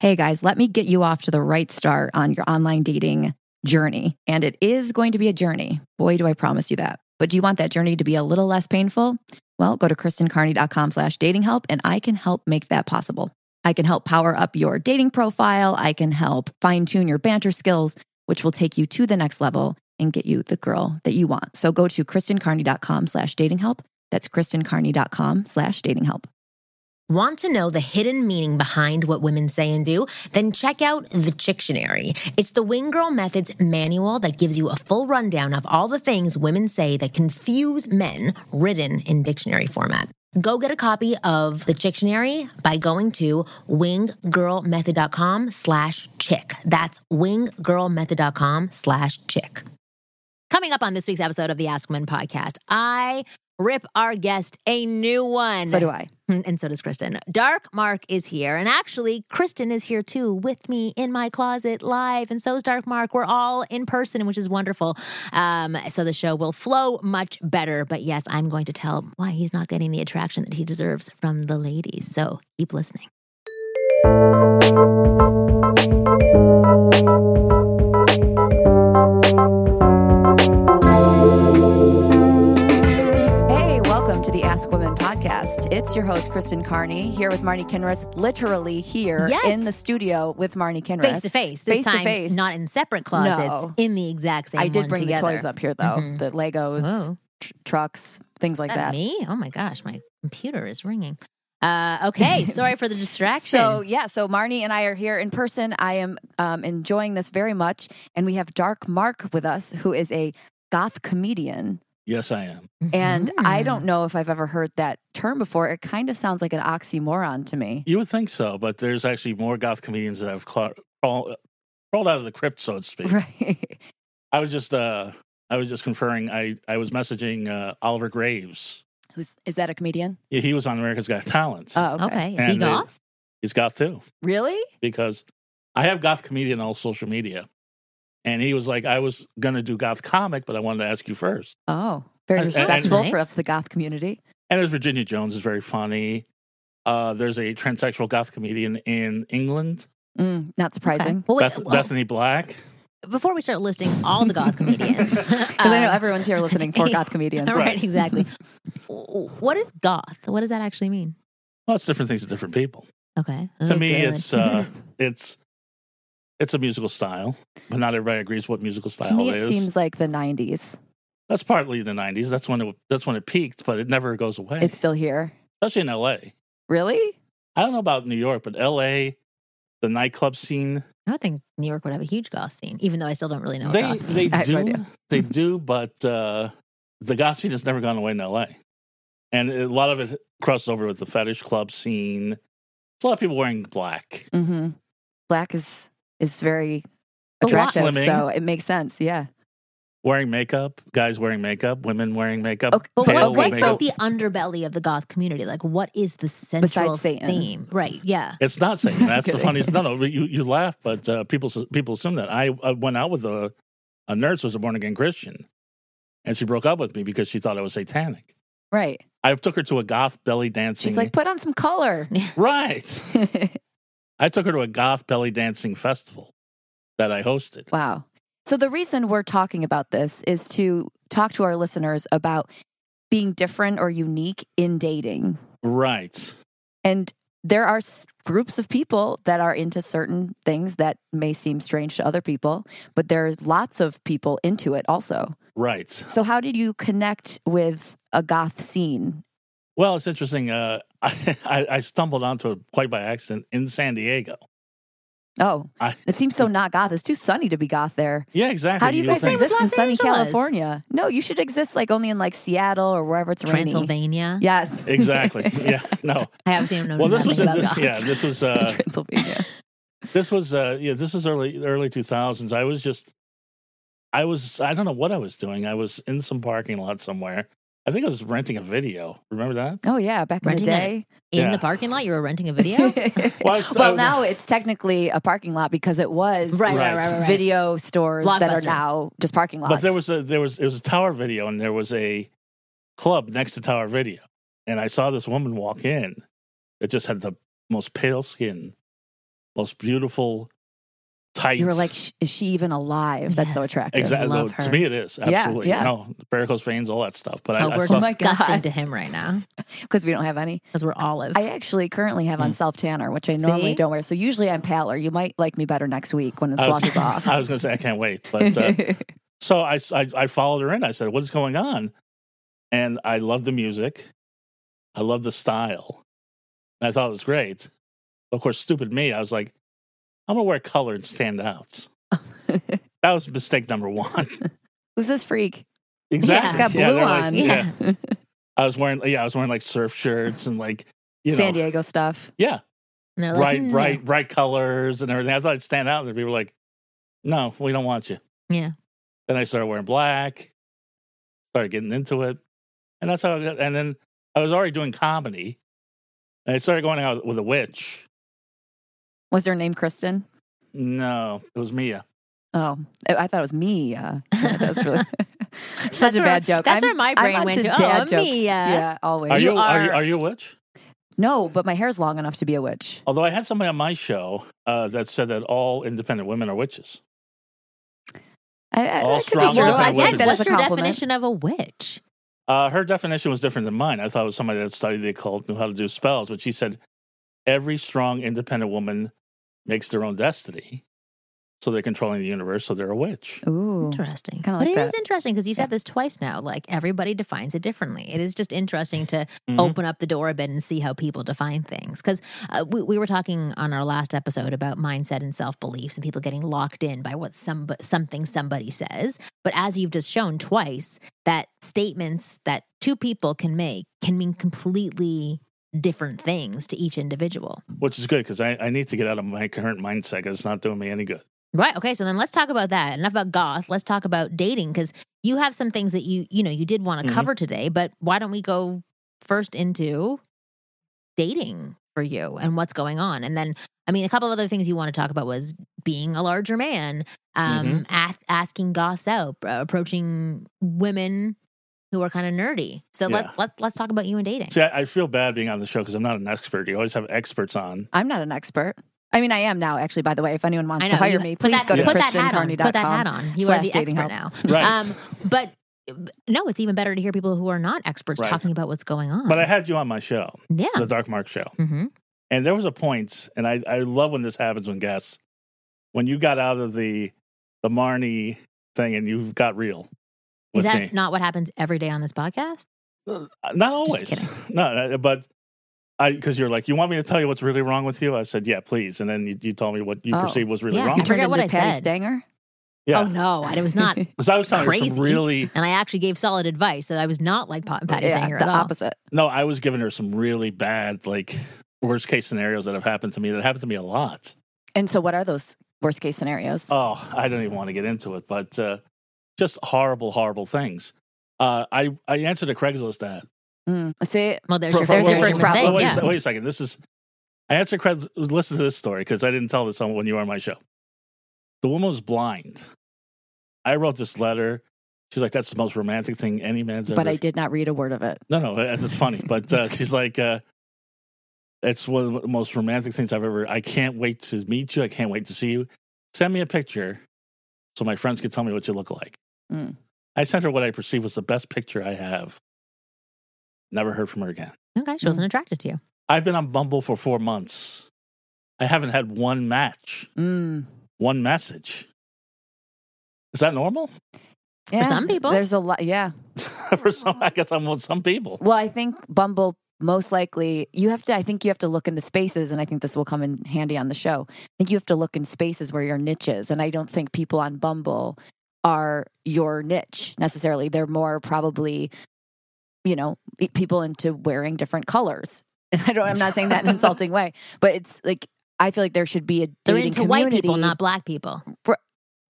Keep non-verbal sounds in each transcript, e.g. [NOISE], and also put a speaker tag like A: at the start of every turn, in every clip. A: hey guys, let me get you off to the right start on your online dating journey. And it is going to be a journey. Boy, do I promise you that. But do you want that journey to be a little less painful? Well, go to kristencarney.com slash dating help and I can help make that possible. I can help power up your dating profile. I can help fine tune your banter skills, which will take you to the next level and get you the girl that you want. So go to kristencarney.com slash dating help. That's kristencarney.com slash dating help.
B: Want to know the hidden meaning behind what women say and do? Then check out The Chictionary. It's the Wing Girl Methods manual that gives you a full rundown of all the things women say that confuse men written in dictionary format. Go get a copy of The Chictionary by going to winggirlmethod.com slash chick. That's winggirlmethod.com slash chick. Coming up on this week's episode of the Ask Women podcast, I rip our guest a new one.
A: So do I.
B: Hmm, And so does Kristen. Dark Mark is here. And actually, Kristen is here too with me in my closet live. And so is Dark Mark. We're all in person, which is wonderful. Um, so the show will flow much better. But yes, I'm going to tell why he's not getting the attraction that he deserves from the ladies. So keep listening.
A: Hey, welcome to the Ask Women podcast. It's your host, Kristen Carney, here with Marnie Kinross, literally here
B: Yes.
A: in the studio with Marnie Kinross.
B: Face to face. This
A: Face to
B: time,
A: face.
B: not in separate closets,
A: No.
B: in the exact same
A: I did
B: one
A: bring
B: together.
A: the toys up here, though
B: Mhm.
A: the Legos,
B: Whoa.
A: tr- trucks, things like
B: That
A: that.
B: me? Oh my gosh, my computer is ringing. Uh,
A: [LAUGHS]
B: okay, sorry for the distraction.
A: So yeah, so Marnie and I are here in person. I am um, enjoying this very much, and we have Dark Mark with us, who is a goth comedian.
C: Yes, I am.
A: And I
B: Mhm.
A: don't know if I've ever heard that term before. It kind of sounds like an oxymoron to me.
C: You would think so, but there's actually more goth comedians that have cla- crawl, crawled out of the crypt, so to speak.
A: [LAUGHS] Right.
C: I was just, uh, I was just conferring. I, I was messaging uh, Oliver Graves.
A: Who's is that a comedian?
C: Yeah, he was on America's Got Talent.
A: Oh, okay.
B: Okay, is he
C: And they-
B: goth?
C: He's goth too,
A: Really?
C: because I have goth comedian on all social media, and he was like, I was gonna do goth comic, but I wanted to ask you first.
A: Oh, very
C: And- and-
A: respectful for
B: Nice.
A: the goth community.
C: And there's Virginia Jones is very funny. Uh, there's a transsexual goth comedian in England,
A: Mm, not
B: Okay.
A: surprising.
B: Well, wait,
C: Beth-
B: well,
C: Bethany Black.
B: before we start listing all the
C: [LAUGHS]
B: goth comedians,
A: Because I know
B: um,
A: everyone's here listening
B: [LAUGHS]
A: for goth comedians.
B: Right,
C: Right.
A: [LAUGHS]
B: exactly. W- what is goth? What does that actually mean?
C: Well, it's different things to different people.
B: Okay.
C: to
B: Oh,
C: me
B: good.
C: it's uh it's it's a musical style but not everybody agrees what musical style
A: to me,
C: it
A: it
C: is
A: seems like the 90s.
C: that's partly the 90s that's when it that's when it peaked but it never goes away
A: It's still here.
C: especially in la i
A: Really?
C: don't know about new york but la the nightclub scene
B: [LAUGHS] I would think New York would have a huge goth scene, even though I still don't really know. what
C: they
B: goth
A: [LAUGHS]
C: they
B: means.
A: Oh, I have no
C: do
A: idea.
C: they do but uh the goth scene has never gone away in la and a lot of it crosses over with the fetish club scene it's a lot of people wearing black
A: Mm-hmm. Black is is very
B: But why-
A: attractive,
C: Slimming.
A: so it makes sense. Yeah.
C: wearing makeup guys wearing makeup women wearing makeup
A: Okay,
B: But
C: pale
B: what,
A: Pale
B: what's
C: makeup.
B: like the underbelly of the goth community? Like, what is the central
A: Satan.
B: theme? Right. Yeah.
C: It's not Satan.
A: [LAUGHS]
C: That's the
A: Kidding.
C: funniest. No, no, you, you laugh, but uh, people people assume that. I, I went out with a, a nurse who was a born again Christian, and she broke up with me because she thought I was satanic.
A: Right.
C: I took her to a goth belly dancing.
A: She's like, put on some
B: [LAUGHS]
A: color.
C: right. I took her to a goth belly dancing festival that I hosted.
A: wow. So the reason we're talking about this is to talk to our listeners about being different or unique in dating.
C: Right.
A: And there are s- groups of people that are into certain things that may seem strange to other people, but there's lots of people into it also.
C: Right.
A: So how did you connect with a goth scene?
C: Well, it's interesting. Uh, [LAUGHS] I, I, I stumbled onto it quite by accident in San Diego.
A: Oh,
C: I-
A: it seems so not goth. It's too sunny to be goth there.
C: Yeah, exactly.
A: How do you
C: would
A: guys
C: think.
A: exist in
B: Los
A: sunny
B: Angeles.
A: California? No, you should exist like only in like Seattle or wherever it's rainy.
B: Transylvania.
A: Yes.
C: [LAUGHS]
A: [LAUGHS]
C: Exactly. Yeah. No.
B: I obviously don't know
C: Well, this was
B: nothing
C: in
B: about
C: this,
B: goth.
C: yeah. This was uh,
A: Transylvania.
C: this was uh yeah this is early early 2000s i was just i was i don't know what i was doing i was in some parking lot somewhere i think i was renting a video remember that
A: Oh yeah, back in the
B: Renting
A: day.
B: In
C: Yeah.
B: the parking lot, you were renting
A: [LAUGHS]
B: a video.
C: Well, I was- I
A: well,
C: was-
A: now it's technically a parking lot because it was
B: Right, right,
C: Right.
B: right, right, right.
A: video stores that are
B: Blockbuster.
A: now just parking lots.
C: but there was a there was it was a tower video and there was a club next to tower video and i saw this woman walk in that just had the most pale skin most beautiful tights.
A: You were like, "Sh- is she even alive? That's so
B: Yes.
A: attractive.
C: exactly.
B: love
C: no, To
B: her.
C: me, it is
A: Yeah,
C: absolutely.
A: yeah.
C: No, varicose veins, all that stuff. But I,
B: Oh,
C: I
B: we're
C: saw-
A: Oh my God.
B: disgusted to him right now
A: Because we don't have any.
B: because we're olive.
A: I actually currently have
C: Hmm.
A: on self tanner, which I normally
B: See?
A: don't wear. So usually I'm paler. You might like me better next week when it
C: I was- [LAUGHS]
A: washes off.
C: I was going to say I can't wait, but uh, so I, I I followed her in. I said, "What's going on?" And I love the music. I love the style. And I thought it was great. Of course, stupid me. I was like, "I'm gonna wear color and stand out." That was mistake number one.
A: [LAUGHS]
C: [LAUGHS]
A: Who's this freak?
C: exactly.
A: She's got blue
C: Yeah, they're like-
A: on. [LAUGHS]
C: yeah. I was wearing. Yeah, I was wearing like surf shirts and like you know.
A: San Diego stuff.
C: Yeah,
B: And they're like, "Hmm,
C: bright,
B: "No."
C: bright, bright colors and everything. I thought I'd stand out, and people were like, "No, we don't want you."
B: Yeah.
C: Then I started wearing black, started getting into it, and that's how. I got, and then I was already doing comedy, and I started going out with a witch.
A: Was her name Kristen?
C: No, it was Mia.
A: Oh, I- I thought it was me. Uh, yeah, that was really [LAUGHS] such
B: That's
A: a
B: where-
A: bad joke.
B: that's
A: I'm,
B: where my brain
A: I'm
B: went
A: onto
B: to,
A: Dad
B: "Oh,
A: jokes.
B: Mia."
A: Yeah, always.
C: Are you,
B: You
C: are, you
B: are-
C: are you a witch?
A: No, but my hair's long enough to be a witch.
C: Although I had somebody on my show uh, that said that all independent women are witches.
A: I, I,
C: All
A: that could be
C: strong
A: true.
B: Well, I
A: I take
C: independent
B: said,
C: women.
A: that as
B: what's
A: a
B: your
A: compliment.
B: definition of a witch?
C: Uh, her definition was different than mine. I thought it was somebody that studied the occult, knew how to do spells, but she said every strong, independent woman makes their own destiny. So they're controlling the universe, so they're a witch.
A: Ooh,
B: Interesting.
A: Kinda
B: but
A: like
B: it is
A: that.
B: interesting because you've
A: Yeah.
B: said this twice now. Like everybody defines it differently. It is just interesting to
A: Mm-hmm.
C: Mhm.
B: open up the door a bit and see how people define things. Because uh, we, we were talking on our last episode about mindset and self beliefs and people getting locked in by what some something somebody says. But as you've just shown twice, that statements that two people can make can mean completely different things to each individual.
C: Which is good because I, I need to get out of my current mindset 'cause it's not doing me any good.
B: Right. Okay. So then let's talk about that. Enough about goth. Let's talk about dating because you have some things that you you know you did want to
C: Mhm.
B: cover today. But why don't we go first into dating for you and what's going on, and then I mean a couple of other things you want to talk about was being a larger man, um, a- asking goths out, uh, approaching women who are kind of nerdy. So
C: Yeah.
B: let let let's talk about you and dating.
C: See, I, I feel bad being on the show because I'm not an expert. You always have experts on.
A: I'm not an expert. I mean, I am now, actually, by the way. If anyone wants to hire
B: you-
A: me,
B: put
A: please
B: that,
A: go to
B: put that hat on.
A: christiancarney.com.
B: Put that hat on. You are
A: slash
B: the expert
A: dating help.
B: now.
C: Right.
B: Um, but no, it's even better to hear people who are not experts
C: Right.
B: talking about what's going on.
C: but I had you on my show,
B: yeah.
C: the Dark Mark Show.
B: hmm
C: And there was a point, and I, I love when this happens when guests, when you got out of the the Marnie thing and you got real.
B: Is
C: with
B: that
C: me.
B: not what happens every day on this podcast?
C: Uh, not always
B: kidding.
C: [LAUGHS] no no, but i because you're like you want me to tell you what's really wrong with you i said yeah please and then you, you told me what you
A: Oh.
C: perceived was really
B: Yeah.
A: You
C: wrong
B: I forget
A: turned
B: what
A: into
B: I
A: Patty
B: said.
A: Stanger?
C: yeah
B: Oh no, I
A: [LAUGHS]
B: was [LAUGHS] not. and
C: because i was telling her
B: Crazy.
C: some really
B: I actually gave solid advice. So I was not like Pat- Patty
A: yeah,
B: Sanger
A: the
B: at all.
A: opposite.
C: no i was giving her some really bad like worst case scenarios that have happened to me that happened to me a lot
A: And so, what are those worst case scenarios?
C: oh i don't even want to get into it but uh just horrible horrible things uh i i answered a craigslist ad
A: Mm. See,
B: Well, there's
C: For-
B: your,
C: for-
B: there's
C: wait,
B: your
C: wait,
B: first
C: wait,
A: problem.
C: Wait,
B: mistake.
C: wait,
B: Yeah.
C: a, wait a second. This is. I answered. Craig's- Listen to this story because I didn't tell this on when you were on my show. The woman was blind. I wrote this letter. She's like, "That's the most romantic thing any man's ever."
A: but I did not read a word of it.
C: No, no, that's
B: [LAUGHS]
C: it's funny. But uh, she's like, uh, "It's one of the most romantic things I've ever. I can't wait to meet you. I can't wait to see you. Send me a picture, so my friends can tell me what you look like."
A: Mm.
C: I sent her what I perceived was the best picture I have. Never heard from her again.
B: Okay, she wasn't attracted to you.
C: I've been on Bumble for four months. I haven't had one match,
A: Mm.
C: one message. Is that normal? [LAUGHS]
A: Yeah,
B: some people.
A: there's a lot. Yeah.
C: for some, I guess I'm with some people.
A: Well, I think Bumble most likely you have to. I think you have to look in the spaces, and I think this will come in handy on the show. I think you have to look in spaces where your niche is, and I don't think people on Bumble are your niche necessarily. They're more probably, you know, e- people into wearing different colors. [LAUGHS] And I don't. I'm not saying that
B: [LAUGHS]
A: in an insulting way, but it's like I feel like there should be a
B: They're
A: dating
B: into
A: community.
B: white people, not black people.
A: Br-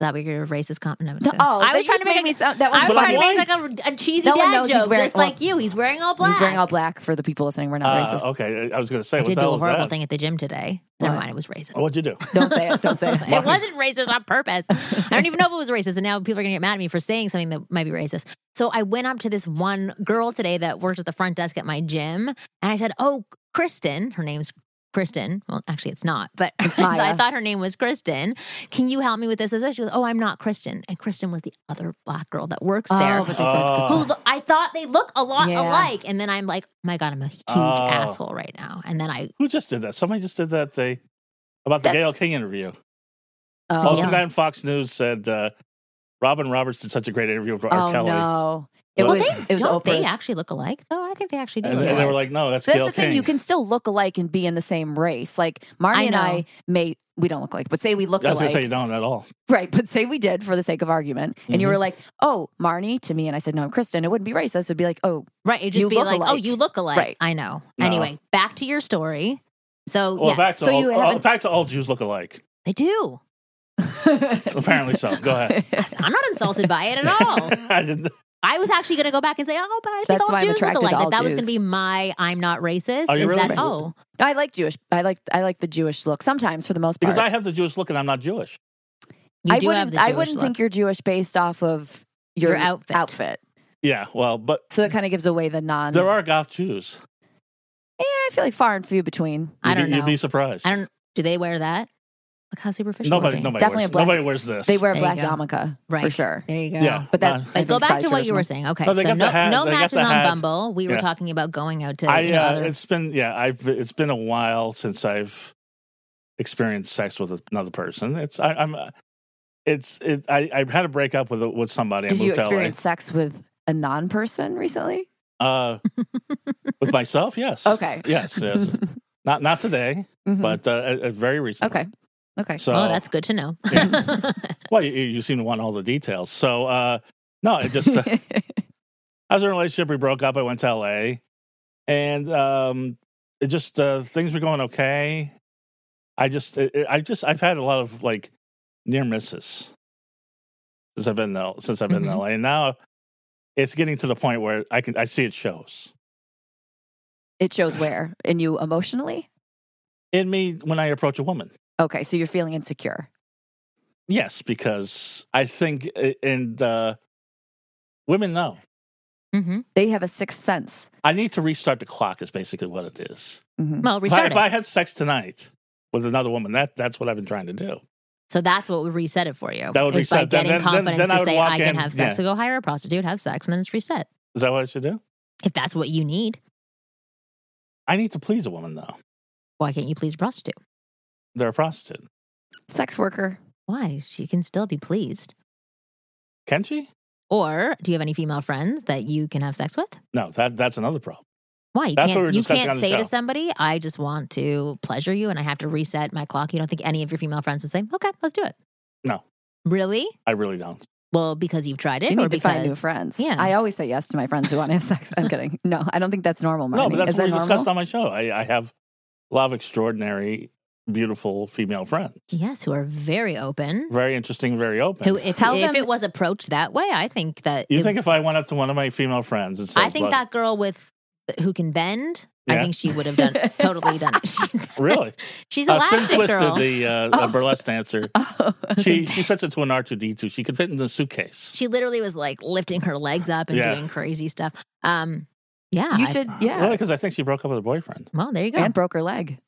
B: that we your racist comment.
A: No, oh,
B: I
A: that
B: was trying
A: just
B: to
A: made
B: make
A: me
B: a,
A: sound. That was
B: I was
C: But
A: funny.
C: I'm
B: trying to
C: white.
B: make like a, a cheesy
A: No one knows
B: dad
A: he's
B: joke,
A: wearing-
B: just like you. He's wearing all black.
A: He's wearing all black for the people listening. We're not
C: Uh,
A: racist.
C: okay, I was going to say,
B: I
C: what
B: did do
C: the hell
B: a
C: was
B: horrible
C: that?
B: thing at the gym today. Never
A: What?
B: mind, it was racist.
C: Oh, what'd you do?
A: Don't say it. Don't say [LAUGHS] it.
C: Why?
B: it wasn't racist on purpose. I don't even know if it was racist. And now people are going to get mad at me for saying something that might be racist. So I went up to this one girl today that worked at the front desk at my gym. And I said, Oh, Kristen, her name's Kristen, well, actually, it's not, but [LAUGHS]
A: It's Maya.
B: I thought her name was Kristen. Can you help me with this? Is this? She goes, Oh, I'm not Kristen. And Kristen was the other black girl that works there.
A: Oh, but they
C: Oh.
A: said,
B: who lo- I thought they look a lot
A: Yeah.
B: alike. And then I'm like, oh my God, I'm a huge
C: Oh.
B: asshole right now. And then I,
C: Who just did that? Somebody just did that. They about the
A: That's-
C: Gail King interview.
A: oh,
C: Oh,
B: yeah.
C: some guy on Fox News said uh, Robin Roberts did such a great interview with R.
A: oh,
C: Kelly.
A: no. It
C: Well,
A: was it was
B: don't
A: Oprah's.
B: they actually look alike though? I think they actually do.
C: And,
B: look
C: and they
B: alike.
C: were like, "No, that's,
A: That's
C: Gail
A: the
C: King."
A: thing. You can still look alike and be in the same race. Like Marty
B: I
A: and I
B: know.
A: may we don't look alike, but say we looked
C: I was gonna
A: alike.
C: say you don't at all.
A: Right, but say we did for the sake of argument, and you
C: Mhm.
A: were like, "Oh, Marnie," to me, and I said, "No, I'm Kristen." It wouldn't be racist. It'd be like,
B: [LAUGHS]
A: "Oh,
B: right. It'd just
A: you
B: be
A: look
B: like, oh,
A: alike.
B: you look alike.
A: Right.
B: I know.
C: No.
B: Anyway, back to your story. So,
C: Well,
B: yes,
C: back to
A: so
C: all,
A: you
C: all-
A: haven't-
C: back to all Jews look alike.
B: they do.
C: Apparently so. Go
A: [LAUGHS]
C: ahead.
B: I'm not insulted by it at
A: Oh.
B: all.
C: [LAUGHS] I didn't.
B: I was actually going to go back and say, oh, but I think
A: That's
B: all
A: why I'm
B: Jews look
A: attracted to
B: alike.
A: all
B: Like, that was
A: Jews.
B: going to be my I'm not racist.
C: Are
B: is
C: you really?
B: that, oh,
A: No, I like Jewish. I like I like the Jewish look sometimes for the most part.
C: Because I have the Jewish look and I'm not Jewish.
B: you
A: I
B: do
A: wouldn't
B: have the
A: I
B: Jewish
A: wouldn't
B: look.
A: think you're Jewish based off of your,
B: Your outfit.
C: Yeah, well, but
A: So it kind of gives away the non.
C: there are goth Jews.
A: Yeah, I feel like far and few between.
B: I
C: You'd be-
B: don't know.
C: You'd be surprised.
B: I don't, do they wear that? Look how superficial. we're
C: Nobody,
B: being.
C: nobody,
A: Definitely
C: wears,
A: a black-
C: nobody wears this.
A: They wear
B: There you
A: black
B: go.
A: yarmulke for
B: Right.
A: sure.
B: There you go.
C: yeah,
A: But that
C: uh,
A: I
B: But
A: think
B: go
A: it's
B: back
A: probably
B: to what you were
A: traditional.
B: saying. Okay,
C: No,
B: so
C: they got the
B: no,
C: hat-
B: no
C: they got
B: matches
C: the
B: on
C: hat.
B: Bumble. We were
C: Yeah.
B: talking about going out to
C: I,
B: you know,
C: uh,
B: other.
C: it's been yeah, I've it's been a while since I've experienced sex with another person. It's I, I'm uh, it's it I I had a breakup with with somebody.
A: Did
C: I
A: you
C: moved to
A: experience sex with a non person recently?
C: LA. Uh, with myself, yes.
A: Okay.
C: Yes, yes. not not today,
A: Mhm.
C: but uh, a- a very recently.
A: okay. Okay.
C: So
B: oh, that's good to know. [LAUGHS]
C: well, you, you seem to want all the details. So uh, no, it
A: [LAUGHS]
C: just. uh, I was in a relationship. We broke up. I went to LA, and um, it just uh, things were going okay. I just, it, it- I just, I've had a lot of like near misses since I've been in, since I've been
B: Mhm.
C: in LA, and now it's getting to the point where I can I see it shows
A: it shows where in you emotionally.
C: in me when I approach a woman.
A: Okay, so you're feeling insecure.
C: Yes, because I think uh, and uh, women know.
B: hmm
A: They have a sixth sense.
C: I need to restart the clock. Is basically what it is.
A: Mhm.
B: Well,
C: If I,
B: restart
C: if
B: it.
C: I had sex tonight with another woman, that that's what I've been trying to do.
B: So that's what would reset it for you.
C: That would
B: is by
C: reset- then-
B: getting
C: then- then-
B: confidence
C: then I
B: to
C: would
B: say
C: walk
B: I can
C: in,
B: have sex.
C: yeah.
B: So go hire a prostitute, have sex, and then it's reset.
C: Is that what I should do?
B: If that's what you need,
C: I need to please a woman though.
B: why can't you please a prostitute?
C: They're a prostitute.
A: Sex worker.
B: Why she can still be pleased.
C: Can she?
B: Or do you have any female friends that you can have sex with?
C: No, that that's another problem.
B: Why you
C: That's what we were
B: can't you
C: discussing
B: can't
C: on the
B: say to
C: show.
B: somebody, "I just want to pleasure you," and I have to reset my clock. You don't think any of your female friends would say, "Okay, let's do it"?
C: No.
B: really?
C: I really don't.
B: Well, because you've tried it,
A: You
B: or
A: need to
B: because
A: find new friends.
B: Yeah.
A: I always say yes to my friends who want to have sex. [LAUGHS] I'm kidding. No, I don't think that's normal. Marnie.
C: No, but that's
A: Is
C: what
A: that
C: we
A: normal? [LAUGHS]
C: discussed on my show. I, I have a lot of extraordinary, beautiful female friends.
B: yes, who are very open.
C: Very interesting, very open.
B: Who, if
A: Tell
B: if
A: them-
B: it was approached that way, I think that
C: you
B: it-
C: think if I went up to one of my female friends and said,
B: I think [LAUGHS]
C: "Look,"
B: that girl with who can bend, I
C: Yeah.
B: think she would have
C: [LAUGHS]
B: done totally done it. She-
C: really,
B: she's
C: uh, Sin
B: elastic
C: Twisted,
B: girl.
C: the uh,
A: Oh.
C: uh
B: [LAUGHS]
C: burlesque dancer,
A: Oh.
C: she she fits into an R two D two. She could fit in the suitcase.
B: she literally was like lifting her legs up and
C: Yeah.
B: doing crazy stuff. Um, yeah,
A: you
B: I-
A: should, yeah.
C: really, because I think she broke up with her boyfriend.
B: well, there you go.
A: and broke her leg.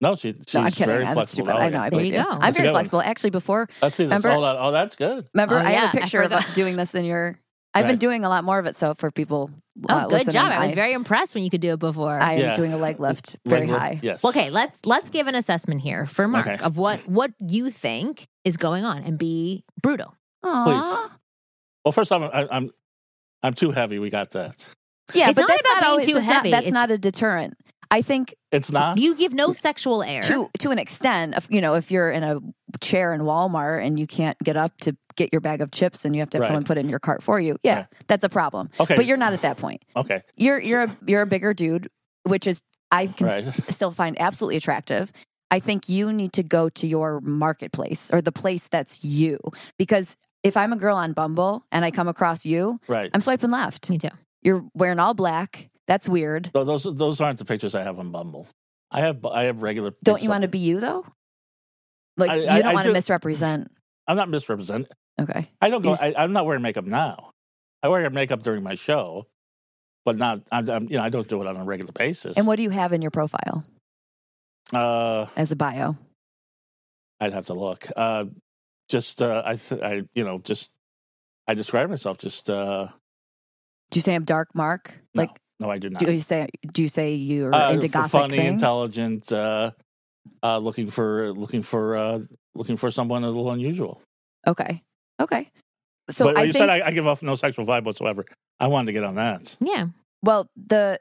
C: No, she she's
A: No, I'm kidding.
C: very
A: That's
C: flexible.
A: stupid.
C: Oh,
A: I
C: yeah.
A: know. I
B: There
A: believe
B: you
A: you.
B: go.
A: I'm
C: That's a
A: very
C: good one.
A: flexible. Actually, before
C: Let's see this.
A: Remember-
C: Hold on. Oh, that's good.
A: remember,
B: Oh,
A: I
B: yeah,
A: had
B: I
A: a picture of [LAUGHS]
B: forgot.
A: doing this in your. I've been
C: Right.
A: doing a lot more of it. So for people,
B: Oh,
A: uh,
B: good
A: listening,
B: job! I was
A: I-
B: very impressed when you could do it before.
A: I am
C: Yeah.
A: doing a
C: [LAUGHS]
A: leg lift
C: Leg
A: very
C: lift?
A: high.
C: Yes.
B: Well, okay, let's let's give an assessment here for Mark
C: Okay.
B: of what what you think is going on, and be brutal.
A: Aw.
C: Well, first off, I, I'm I'm too heavy. We got that.
A: Yeah,
B: It's
A: but
B: not
A: that's
B: about
A: not
B: being
A: always,
B: too
A: it's not-
B: heavy.
A: that's
B: It's-
A: not a deterrent. I think
C: It's not.
B: You give no sexual air.
A: to to an extent, if, you know, if you're in a chair in Walmart and you can't get up to get your bag of chips and you have to have
C: Right.
A: someone put it in your cart for you, yeah,
C: Right.
A: that's a problem.
C: Okay.
A: But you're not at that point.
C: okay.
A: You're you're a, you're a bigger dude, which is I can
C: Right.
A: still find absolutely attractive. I think you need to go to your marketplace or the place that's you. Because if I'm a girl on Bumble and I come across you,
C: Right.
A: I'm swiping left.
B: Me too.
A: You're wearing all black. That's weird.
C: Tho- Those those aren't the pictures I have on Bumble. I have I have regular.
A: Don't
C: pictures
A: you
C: on-
A: want to be you though? Like
C: I-
A: you
C: I-
A: don't
C: I
A: want to
C: do-
A: misrepresent.
C: I'm not misrepresenting.
A: Okay.
C: I don't go.
A: You s-
C: I, I'm not wearing makeup now. I wear makeup during my show, but not. I'm, I'm you know I don't do it on a regular basis.
A: And what do you have in your profile?
C: Uh,
A: as a bio?
C: I'd have to look. Uh, just uh, I, th- I, you know, just I describe myself. Just uh,
A: Do you say I'm dark, Mark?
C: No,
A: Like,
C: no, I do not.
A: do you say do you say you're
C: Uh,
A: into
C: for
A: gothic
C: funny,
A: things?
C: intelligent, uh, uh, looking for looking for uh, looking for someone a little unusual.
A: Okay, okay. So
C: but
A: I
C: you
A: think
C: said I, I give off no sexual vibe whatsoever. I wanted to get on that.
B: Yeah.
A: well the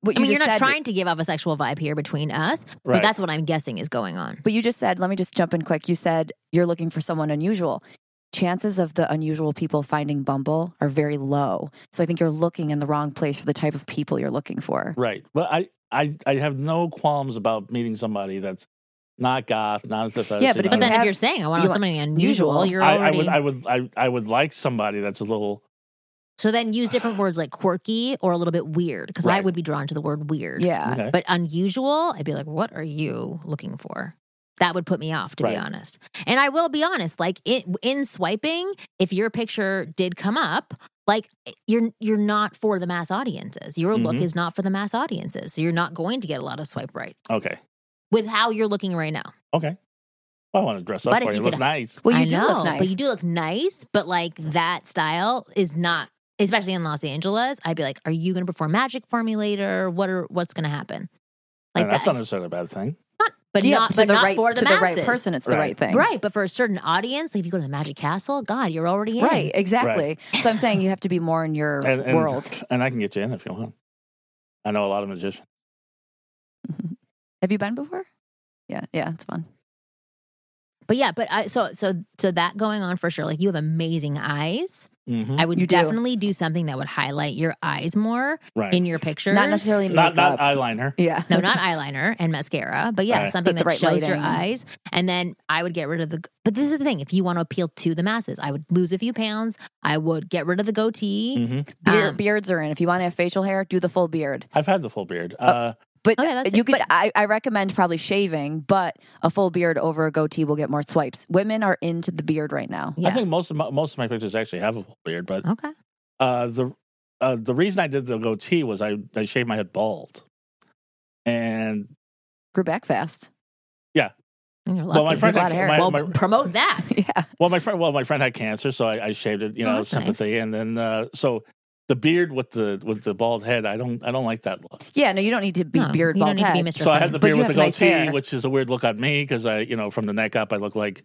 A: what
B: I
A: you
B: mean, you're
A: just
B: not
A: said,
B: trying to give off a sexual vibe here between us,
C: Right.
B: but that's what I'm guessing is going on.
A: but you just said. Let me just jump in quick. You said you're looking for someone unusual. Chances of the unusual people finding Bumble are very low. So I think you're looking in the wrong place for the type of people you're looking for.
C: Right. But I, I, I have no qualms about meeting somebody that's not goth, not into fantasy.
A: but if
B: But
C: not
A: you
B: then
A: have-
B: if you're saying I want
A: you want-
B: something unusual,
A: usual.
B: you're
C: I, I
B: already
C: would, I would, I, I would like somebody that's a little.
B: so then use different words like quirky or a little bit weird because I
C: Right.
B: would be drawn to the word weird.
A: Yeah.
C: Okay.
B: But unusual, I'd be like, what are you looking for? That would put me off, to be
C: Right.
B: honest. And I will be honest, like it, in swiping, if your picture did come up, like eh, you're you're not for the mass audiences. Your look
C: Mhm.
B: is not for the mass audiences. So you're not going to get a lot of swipe rights
C: Okay.
B: with how you're looking right now.
C: Okay. Well, I want to dress up
B: But if
C: for you.
B: you
C: Look
B: could-
C: nice.
A: Well, you
B: I
A: do
B: know,
A: look nice.
B: but you do look nice. But like that style is not, especially in Los Angeles. I'd be like, are you going to perform magic for me later? What are what's going to happen? Like
C: And
B: that,
C: that's not necessarily a bad thing.
B: but
A: Yeah,
B: not,
A: to
B: but
A: the
B: not
A: right,
B: for the
A: to
B: masses.
A: the right person. It's the
C: Right.
A: right thing.
B: Right, but for a certain audience, like if you go to the Magic Castle, God, you're already in.
A: Right, exactly. So I'm saying you have to be more in your
C: And, and,
A: world. [LAUGHS]
C: And I can get you in if you want. I know a lot of magicians.
A: Have you been before? Yeah, yeah, it's fun.
B: But yeah, but I, so so so that going on for sure. Like you have amazing eyes.
C: hmm
B: I would
A: Mm-hmm. You do.
B: definitely do. something that would highlight your eyes more
C: right.
B: in your pictures.
A: Not necessarily
C: Not
A: makeup.
C: not eyeliner. [LAUGHS]
A: yeah,
B: No, not eyeliner and mascara, but yeah,
C: Right.
B: something
A: But
B: that
A: the right
B: shows your
A: lighting.
B: eyes. And then I would get rid of the. But this is the thing: if you want to appeal to the masses, I would lose a few pounds. I would get rid of the goatee.
C: hmm
A: Beard,
B: Um,
A: beards are in. If you want to have facial hair, do the full beard.
C: I've had the full beard. Uh,
A: But
B: Oh, yeah, that's
A: you
B: it.
A: could.
B: But-
A: I, I recommend probably shaving, but a full beard over a goatee will get more swipes. Women are into the beard right now.
B: Yeah.
C: I think most of my, most of my pictures actually have a full beard, but
B: okay. Uh-huh.
C: uh, the uh, the reason I did the goatee was I, I shaved my head bald, and
A: Grew back fast.
B: And You're lucky.
C: well, my friend,
A: A lot of
C: had,
A: hair.
C: my,
B: well,
C: my-
B: promote
C: [LAUGHS]
B: that.
A: [LAUGHS] Yeah,
C: well, my friend, well, my friend had cancer, so I, I shaved it, you
B: Oh,
C: know,
B: that's
C: sympathy, and then uh, so the beard with the with the bald head, I don't I don't like that look.
A: yeah. No, you don't need to be
B: No,
A: beard
B: you
A: bald
B: don't need to be
A: head.
B: Mr.
C: So I had
B: Fine.
C: the
A: But
C: beard
A: you
C: with the
A: have nice
C: goatee,
A: hair.
C: which is a weird look on me because I, you know, from the neck up, I look like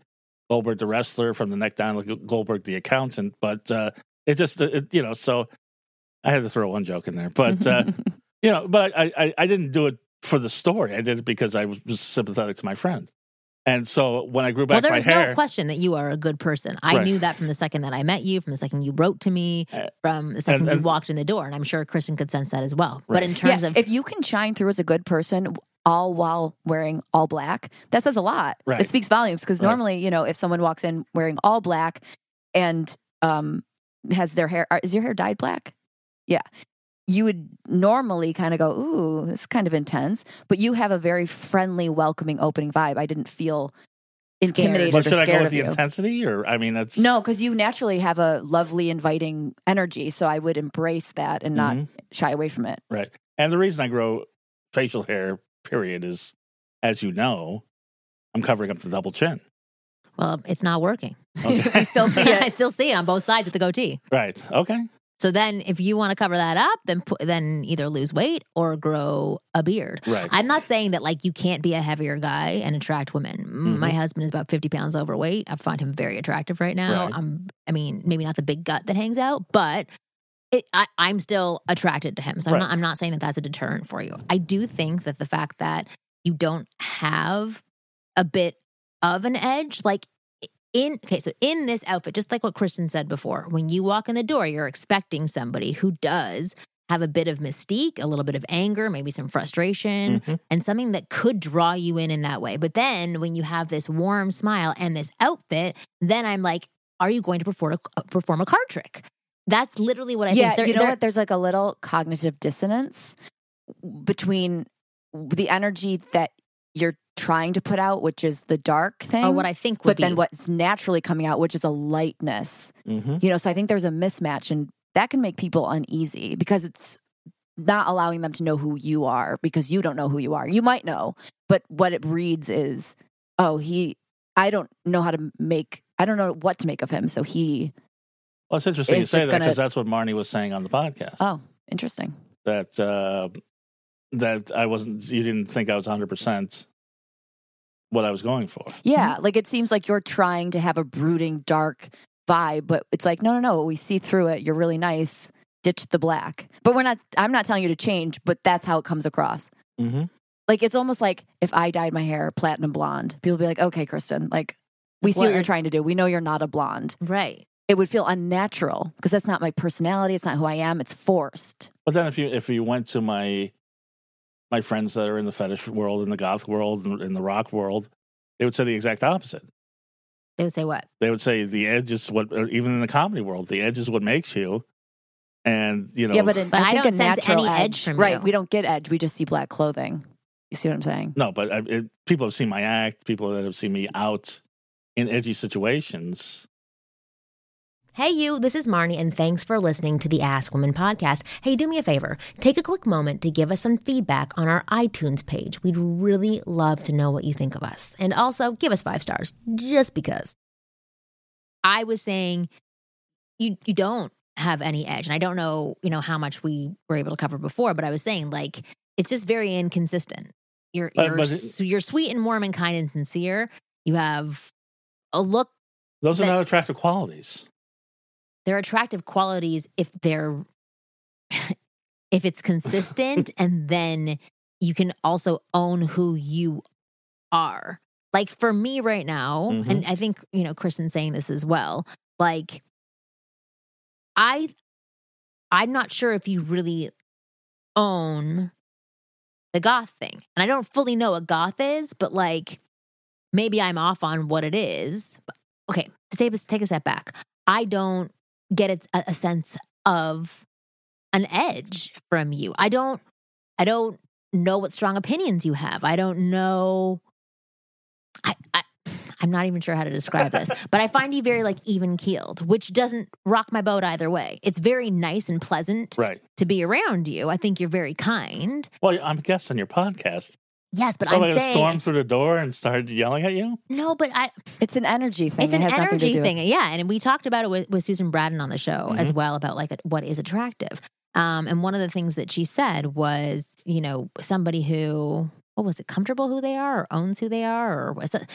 C: Goldberg the wrestler. From the neck down, I look Goldberg the accountant. But uh, it just, it, you know, so I had to throw one joke in there. But
A: [LAUGHS]
C: uh, you know, but I, I, I didn't do it for the story. I did it because I was was sympathetic to my friend. And so when I grew
B: Well,
C: back
B: there
C: my
B: is
C: hair,
B: no question that you are a good person. I
C: Right.
B: knew that from the second that I met you, from the second you wrote to me,
C: Uh,
B: from the second you
C: and-
B: walked in the door, and I'm sure Kristen could sense that as well. But
C: Right.
B: in terms
A: yeah,
B: of
A: if you can shine through as a good person. All while wearing all black, that says a lot.
C: Right.
A: It speaks volumes because
C: Right.
A: normally, you know, if someone walks in wearing all black and um has their hair, are- is your hair dyed black? Yeah, you would normally kind of go, ooh, this is kind of intense. But you have a very friendly, welcoming, opening vibe. I didn't feel
B: Scared.
A: intimidated
C: but should
A: or
C: I go
A: scared
C: with
A: of
C: the
A: you.
C: intensity or I mean, that's
A: No, because you naturally have a lovely, inviting energy. So I would embrace that and not
C: Mhm.
A: shy away from it.
C: Right. And the reason I grow facial hair, period, is as you know, I'm covering up the double chin.
B: well, it's not working.
A: [LAUGHS] We still see it.
B: [LAUGHS] I still see it on both sides of the goatee.
C: [LAUGHS] Right. Okay.
B: So then, if you want to cover that up, then pu- then either lose weight or grow a beard.
C: Right.
B: I'm not saying that like you can't be a heavier guy and attract women.
C: Mm-hmm.
B: M My husband is about 50 pounds overweight. I find him very attractive right now.
C: Right.
B: I'm, I mean, maybe not the big gut that hangs out, but it, I, I'm still attracted to him. So I'm
C: Right.
B: not, I'm not saying that that's a deterrent for you. I do think that the fact that you don't have a bit of an edge, like in okay, so in this outfit, just like what Kristen said before, when you walk in the door, you're expecting somebody who does have a bit of mystique, a little bit of anger, maybe some frustration
C: Mhm.
B: and something that could draw you in in that way. But then when you have this warm smile and this outfit, then I'm like, are you going to perform a, uh, perform a card trick? That's literally what I
A: yeah,
B: think. There-
A: you know
B: there-
A: what? There's like a little cognitive dissonance between the energy that you're trying to put out, which is the dark thing,
B: Or Oh, what I think would
A: but then
B: be.
A: what's naturally coming out, which is a lightness.
C: Mhm.
B: Mm-hmm.
A: You know, so I think there's a mismatch, and that can make people uneasy because it's not allowing them to know who you are because you don't know who you are. You might know, but what it reads is, oh, he, I don't know how to make, I don't know what to make of him. So he,
C: Well, it's interesting
A: It's
C: you say
A: just
C: that
A: gonna-
C: because that's what Marnie was saying on the podcast.
A: oh, interesting.
C: that uh, that I wasn't. You didn't think I was 100 percent what I was going for.
A: Yeah. Like it seems like you're trying to have a brooding, dark vibe, but it's like, no, no, no. We see through it. You're really nice. Ditch the black. But we're not, I'm not telling you to change, but that's how it comes across.
C: Mm-hmm.
A: Like it's almost like if I dyed my hair platinum blonde, people would be like, okay, Kristen, like we see what
B: Well,
A: you're
B: and-
A: trying to do. We know you're not a blonde.
B: Right.
A: it would feel unnatural because that's not my personality. It's not who I am. It's forced.
C: But then if you if you went to my my friends that are in the fetish world, in the goth world, in, in the rock world, they would say the exact opposite.
B: They would say what?
C: They would say the edge is what, or even in the comedy world, the edge is what makes you. And you know,
A: yeah, but, in,
B: But
A: I,
B: I
A: think
B: don't
A: a
B: sense
A: natural
B: any
A: edge,
B: edge from
A: right?
B: you.
A: We don't get edge. We just see black clothing. You see what I'm saying?
C: no, but I, it, people have seen my act. People that have seen me out in edgy situations.
B: Hey, you, this is Marnie, and thanks for listening to the Ask Women podcast. Hey, do me a favor take a quick moment to give us some feedback on our iTunes page. We'd really love to know what you think of us. And also, give us five stars just because. I was saying you, you don't have any edge. And I don't know, you know, how much we were able to cover before, but I was saying, like, it's just very inconsistent. You're,
C: But-
B: you're,
C: but-
B: s- you're sweet and warm and kind and sincere. You have a look
C: Those are
B: But-
C: not attractive qualities.
B: they're attractive qualities if they're [LAUGHS] if it's consistent and then you can also own who you are like for me right now
C: Mhm.
B: and i think you know kristen's saying this as well like i i'm not sure if you really own the goth thing and i don't fully know what goth is but like maybe i'm off on what it is okay to take a, take a step back i don't get a, a sense of an edge from you i don't i don't know what strong opinions you have i don't know i, I i'm not even sure how to describe
C: [LAUGHS]
B: this but i find you very like even keeled which doesn't rock my boat either way it's very nice and pleasant
C: Right.
B: to be around you. I think you're very kind.
C: Well, I'm a guest on your podcast.
B: Yes, but
C: Am
B: I'm
C: I gonna
B: saying
C: storm through the door and start yelling at you?
B: no. But I,
A: It's an energy thing.
B: it's an
A: it has nothing to
B: energy
A: do Mm-hmm.
B: thing, yeah. And we talked about it with, with Susan Braden on the show as well about like what is attractive. Um, and one of the things that she said was, you know, somebody who what was it, comfortable who they are, or owns who they are, or was it.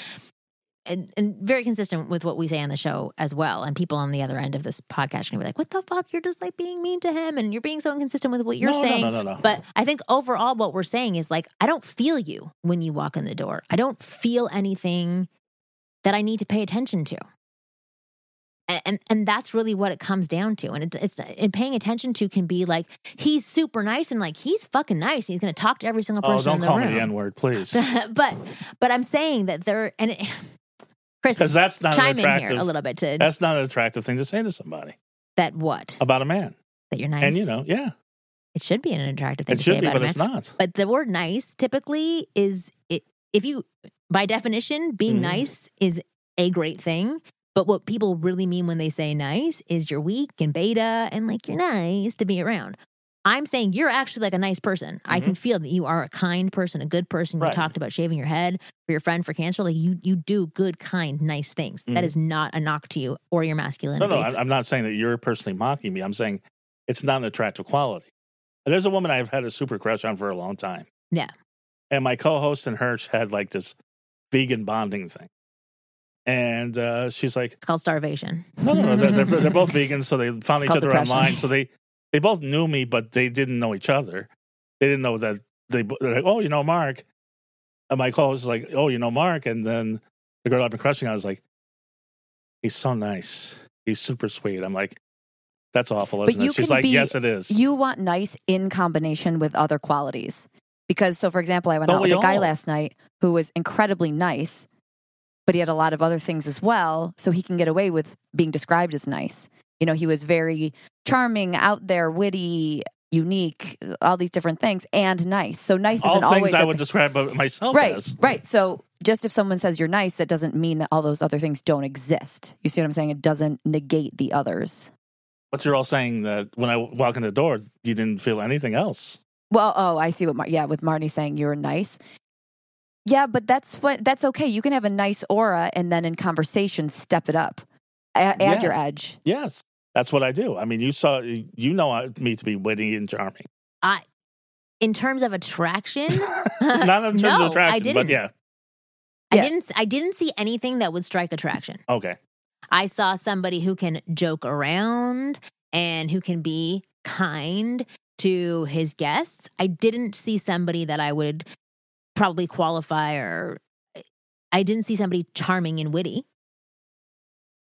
B: And, and very consistent with what we say on the show as well. And people on the other end of this podcast can be like, "What the fuck? You're just like being mean to him, and you're being so inconsistent with what you're
C: no,
B: saying."
C: No, no, no, no.
B: But I think overall, what we're saying is like, I don't feel you when you walk in the door. I don't feel anything that I need to pay attention to. A- And and that's really what it comes down to. And it, it's and paying attention to can be like he's super nice and like he's fucking nice. And he's going to talk to every single
C: oh,
B: person
C: don't
B: in the
C: call
B: room.
C: me the N word,
B: [LAUGHS]
C: please,
B: but but I'm saying that there and it, [SIGHS] Chris
C: because that's not an
B: chime in
C: attractive.
B: here a little bit to
C: That's not an attractive thing to say to somebody
B: that what
C: about a man.
B: that you're nice
C: And you know, yeah,
B: it should be an attractive thing
C: it
B: to say
C: should be,
B: about
C: but
B: a man.
C: it's not.
B: But the word nice typically is it, if you by definition being
C: Mhm.
B: nice is a great thing. But what people really mean when they say nice is you're weak and beta and like you're nice to be around. I'm saying you're actually like a nice person. I can feel that you are a kind person, a good person. You
C: Mm-hmm. Right.
B: talked about shaving your head for your friend for cancer. Like you, you do good, kind, nice things. That
C: Mhm.
B: is not a knock to you or your
C: No,
B: masculinity.
C: no, I- I'm not saying that you're personally mocking me. I'm saying it's not an attractive quality. And there's a woman I've had a super crush on for a long time.
B: Yeah.
C: And my co-host and her had like this vegan bonding thing, and uh, she's like,
B: it's called starvation.
C: No, no, no. They're, they're, they're both
A: [LAUGHS]
C: vegans, so they found each
A: Called
C: other
A: depression.
C: online. So they they both knew me, but they didn't know each other. They didn't know that they. They're like, oh, you know Mark. And my co-host is like, oh, you know Mark. And then the girl I've been crushing on is like, he's so nice. He's super sweet. I'm like, that's awful,
A: But
C: isn't
A: you
C: it? She's
A: can
C: like,
A: be-
C: yes, it is.
A: it. You want nice in combination with other qualities. Because, so for example, I went
C: Don't
A: out with
C: we
A: a guy
C: all?
A: last night who was incredibly nice, but he had a lot of other things as well. So he can get away with being described as nice. You know, he was very charming, out there, witty, unique, all these different things, and nice. So nice
C: all
A: isn't
C: things
A: always
C: I
A: a-
C: would describe of myself
A: right
C: as.
A: right so just if someone says you're nice that doesn't mean that all those other things don't exist you see what i'm saying it doesn't negate the others
C: But you're all saying that when I walk in the door, you didn't feel anything else.
A: Well, oh, I see what. Mar- yeah, with Marnie saying you were nice. Yeah, but that's what. That's okay. You can have a nice aura, and then in conversation, step it up, A- add
C: Yeah.
A: your edge.
C: Yes, that's what I do. I mean, you saw, you know, I- me to be witty and charming.
B: In terms of attraction,
C: [LAUGHS] Not in
B: [LAUGHS]
C: terms
B: No, I
C: of attraction, but
B: didn't.
C: yeah.
B: I
A: Yeah.
B: didn't I didn't see anything that would strike attraction.
C: Okay.
B: I saw somebody who can joke around and who can be kind to his guests. I didn't see somebody that I would probably qualify or I didn't see somebody charming and witty.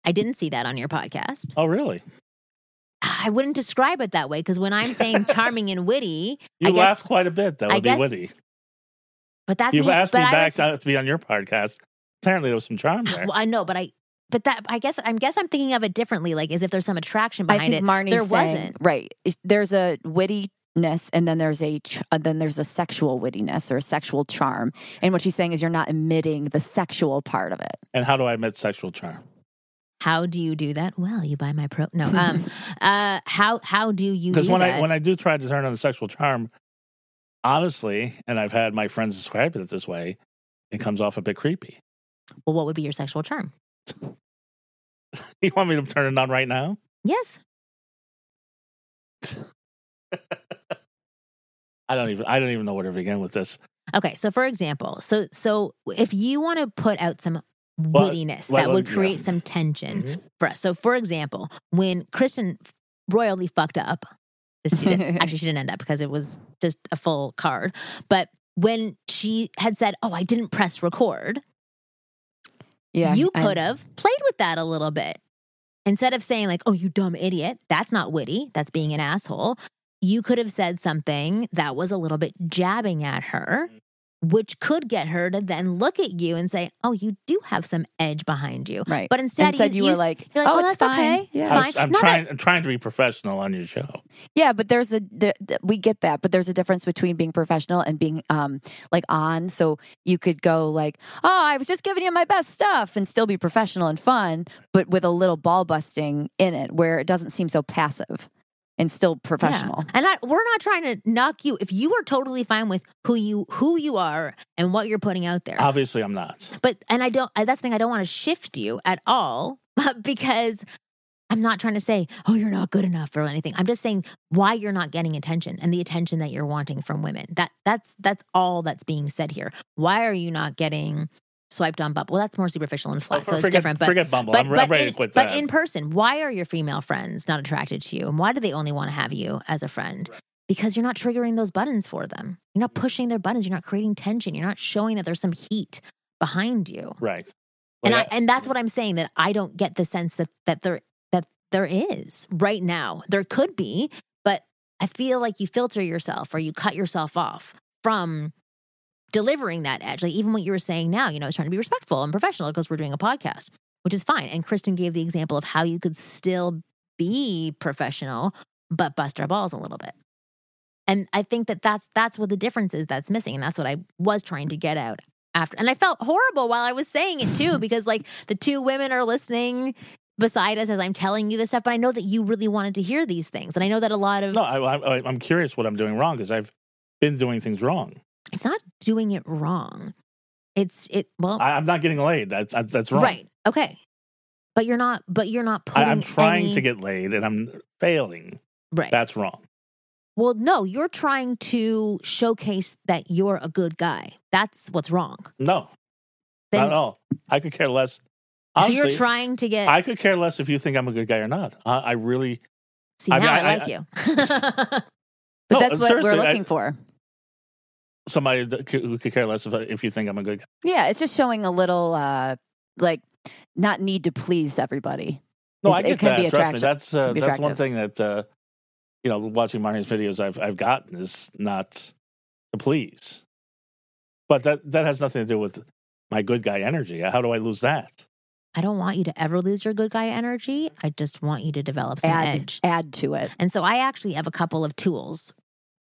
B: I didn't see that on your podcast.
C: Oh, really?
B: I wouldn't describe it that way because when I'm saying
C: [LAUGHS]
B: charming and witty,
C: You
B: I guess-
C: laugh quite a bit. That
B: I
C: would be
B: guess-
C: witty.
B: but that's
C: You've
B: me,
C: asked me
B: but I
C: back
B: was-
C: to, to be on your podcast. Apparently, there was some charm there.
B: Well, I know, but I but that I guess I guess I'm thinking of it differently. Like as if there's some attraction
A: I
B: behind
A: think
B: it.
A: Marnie's
B: there
A: saying-
B: wasn't.
A: right. It- There's a wittiness, and then there's a ch- uh, then there's a sexual wittiness or a sexual charm. And what she's saying is you're not emitting the sexual part of it.
C: And how do I admit sexual charm?
B: How do you do that? Well, you buy my pro. No, um, uh, how how do you do
C: Because when
B: that?
C: I when I do try to turn on the sexual charm, honestly, and I've had my friends describe it this way, it comes off a bit creepy. [LAUGHS]
B: well, what would be your sexual charm?
C: You want me to turn it on right now?
B: Yes,
C: I don't even I don't even know where to begin with this.
B: Okay, so for example, so so if you want to put out some
C: Well,
B: wittiness
C: well,
B: that would
C: yeah.
B: create some tension for us. So for example, when Kristen royally fucked up, she didn't, actually she didn't end up because it was just a full card. But when she had said, "Oh, I didn't press record,"
A: Yeah,
B: you
A: and-
B: could have played with that a little bit instead of saying like, "Oh, you dumb idiot," that's not witty. That's being an asshole. You could have said something that was a little bit jabbing at her which could get her to then look at you and say, "Oh, you do have some edge behind you."
A: Right.
B: But instead,
A: Instead,
B: you,
A: you were
B: s-
A: like,
B: you're
A: "Oh,
B: "Oh,
A: it's
B: that's
A: fine.
B: okay.
A: Yeah.
B: It's
C: I
B: fine."
C: was, I'm
B: Not
C: trying I'm trying to be professional on your show.
A: Yeah, but there's a there, th- we get that, but there's a difference between being professional and being um like on. So you could go like, "Oh, I was just giving you my best stuff," and still be professional and fun, but with a little ball busting in it, where it doesn't seem so passive, and still
B: that- yeah.
A: professional.
B: And I, we're not trying to knock you if you are totally fine with who you who you are and what you're putting out there.
C: Obviously, I'm not.
B: but and I don't. I, that's the thing. I don't want to shift you at all [LAUGHS] because I'm not trying to say, "Oh, you're not good enough" or anything. I'm just saying why you're not getting attention and the attention that you're wanting from women. That that's that's all that's being said here. Why are you not getting swiped on Bumble? Well, that's more superficial and flat, so it's
C: Oh, forget,
B: different. But
C: forget Bumble. I'm, I'm ready
B: in,
C: to quit
B: but
C: that.
B: in person, why are your female friends not attracted to you? And why do they only want to have you as a friend? Because you're not triggering those buttons for them. You're not pushing their buttons. You're not creating tension. You're not showing that there's some heat behind you.
C: right.
B: And
C: Like,
B: I and that's what I'm saying that I don't get the sense that that there that there is right now. There could be, but I feel like you filter yourself or you cut yourself off from delivering that edge. Like even what you were saying now, you know, I was trying to be respectful and professional because we're doing a podcast, which is fine. And Kristen gave the example of how you could still be professional but bust our balls a little bit. And I think that that's that's what the difference is that's missing, and that's what I was trying to get out after. And I felt horrible while I was saying it
C: [LAUGHS]
B: too, because like the two women are listening beside us as I'm telling you this stuff, but I know that you really wanted to hear these things, and I know that a lot of
C: no, I, I, I'm curious what I'm doing wrong because I've been doing things wrong.
B: it's not doing it wrong. It's it well
C: I, I'm not getting laid. That's that's, that's wrong.
B: right okay, but you're not but you're not
C: I,
B: putting.
C: I'm trying
B: any-
C: to get laid and I'm failing.
B: right.
C: That's wrong.
B: Well, no, you're trying to showcase that you're a good guy. That's what's wrong.
C: No,
B: Then
C: not at all. I could care less.
B: so
C: Honestly,
B: you're trying to get.
C: I could care less if you think I'm a good guy or not. I, I really.
B: see
C: I mean,
B: now I,
C: I- I-
B: like you. [LAUGHS]
A: But
C: No,
A: that's what we're
C: seriously, I-
A: looking for.
C: Somebody that could- who could care less if, if you think I'm a good guy.
A: Yeah, it's just showing a little uh like not need to please everybody. It's-
C: No, I
A: it
C: get
A: can
C: that.
A: be
C: Trust me,
A: attraction-
C: that's uh,
A: can be
C: that's one
A: attractive.
C: thing that uh, you know, watching Marnie's videos, I've I've gotten is not to please, but that that has nothing to do with my good guy energy. How do I lose that?
B: I don't want you to ever lose your good guy energy. I just want you to develop some
A: Add
B: edge.
A: add to it.
B: And so I actually have a couple of tools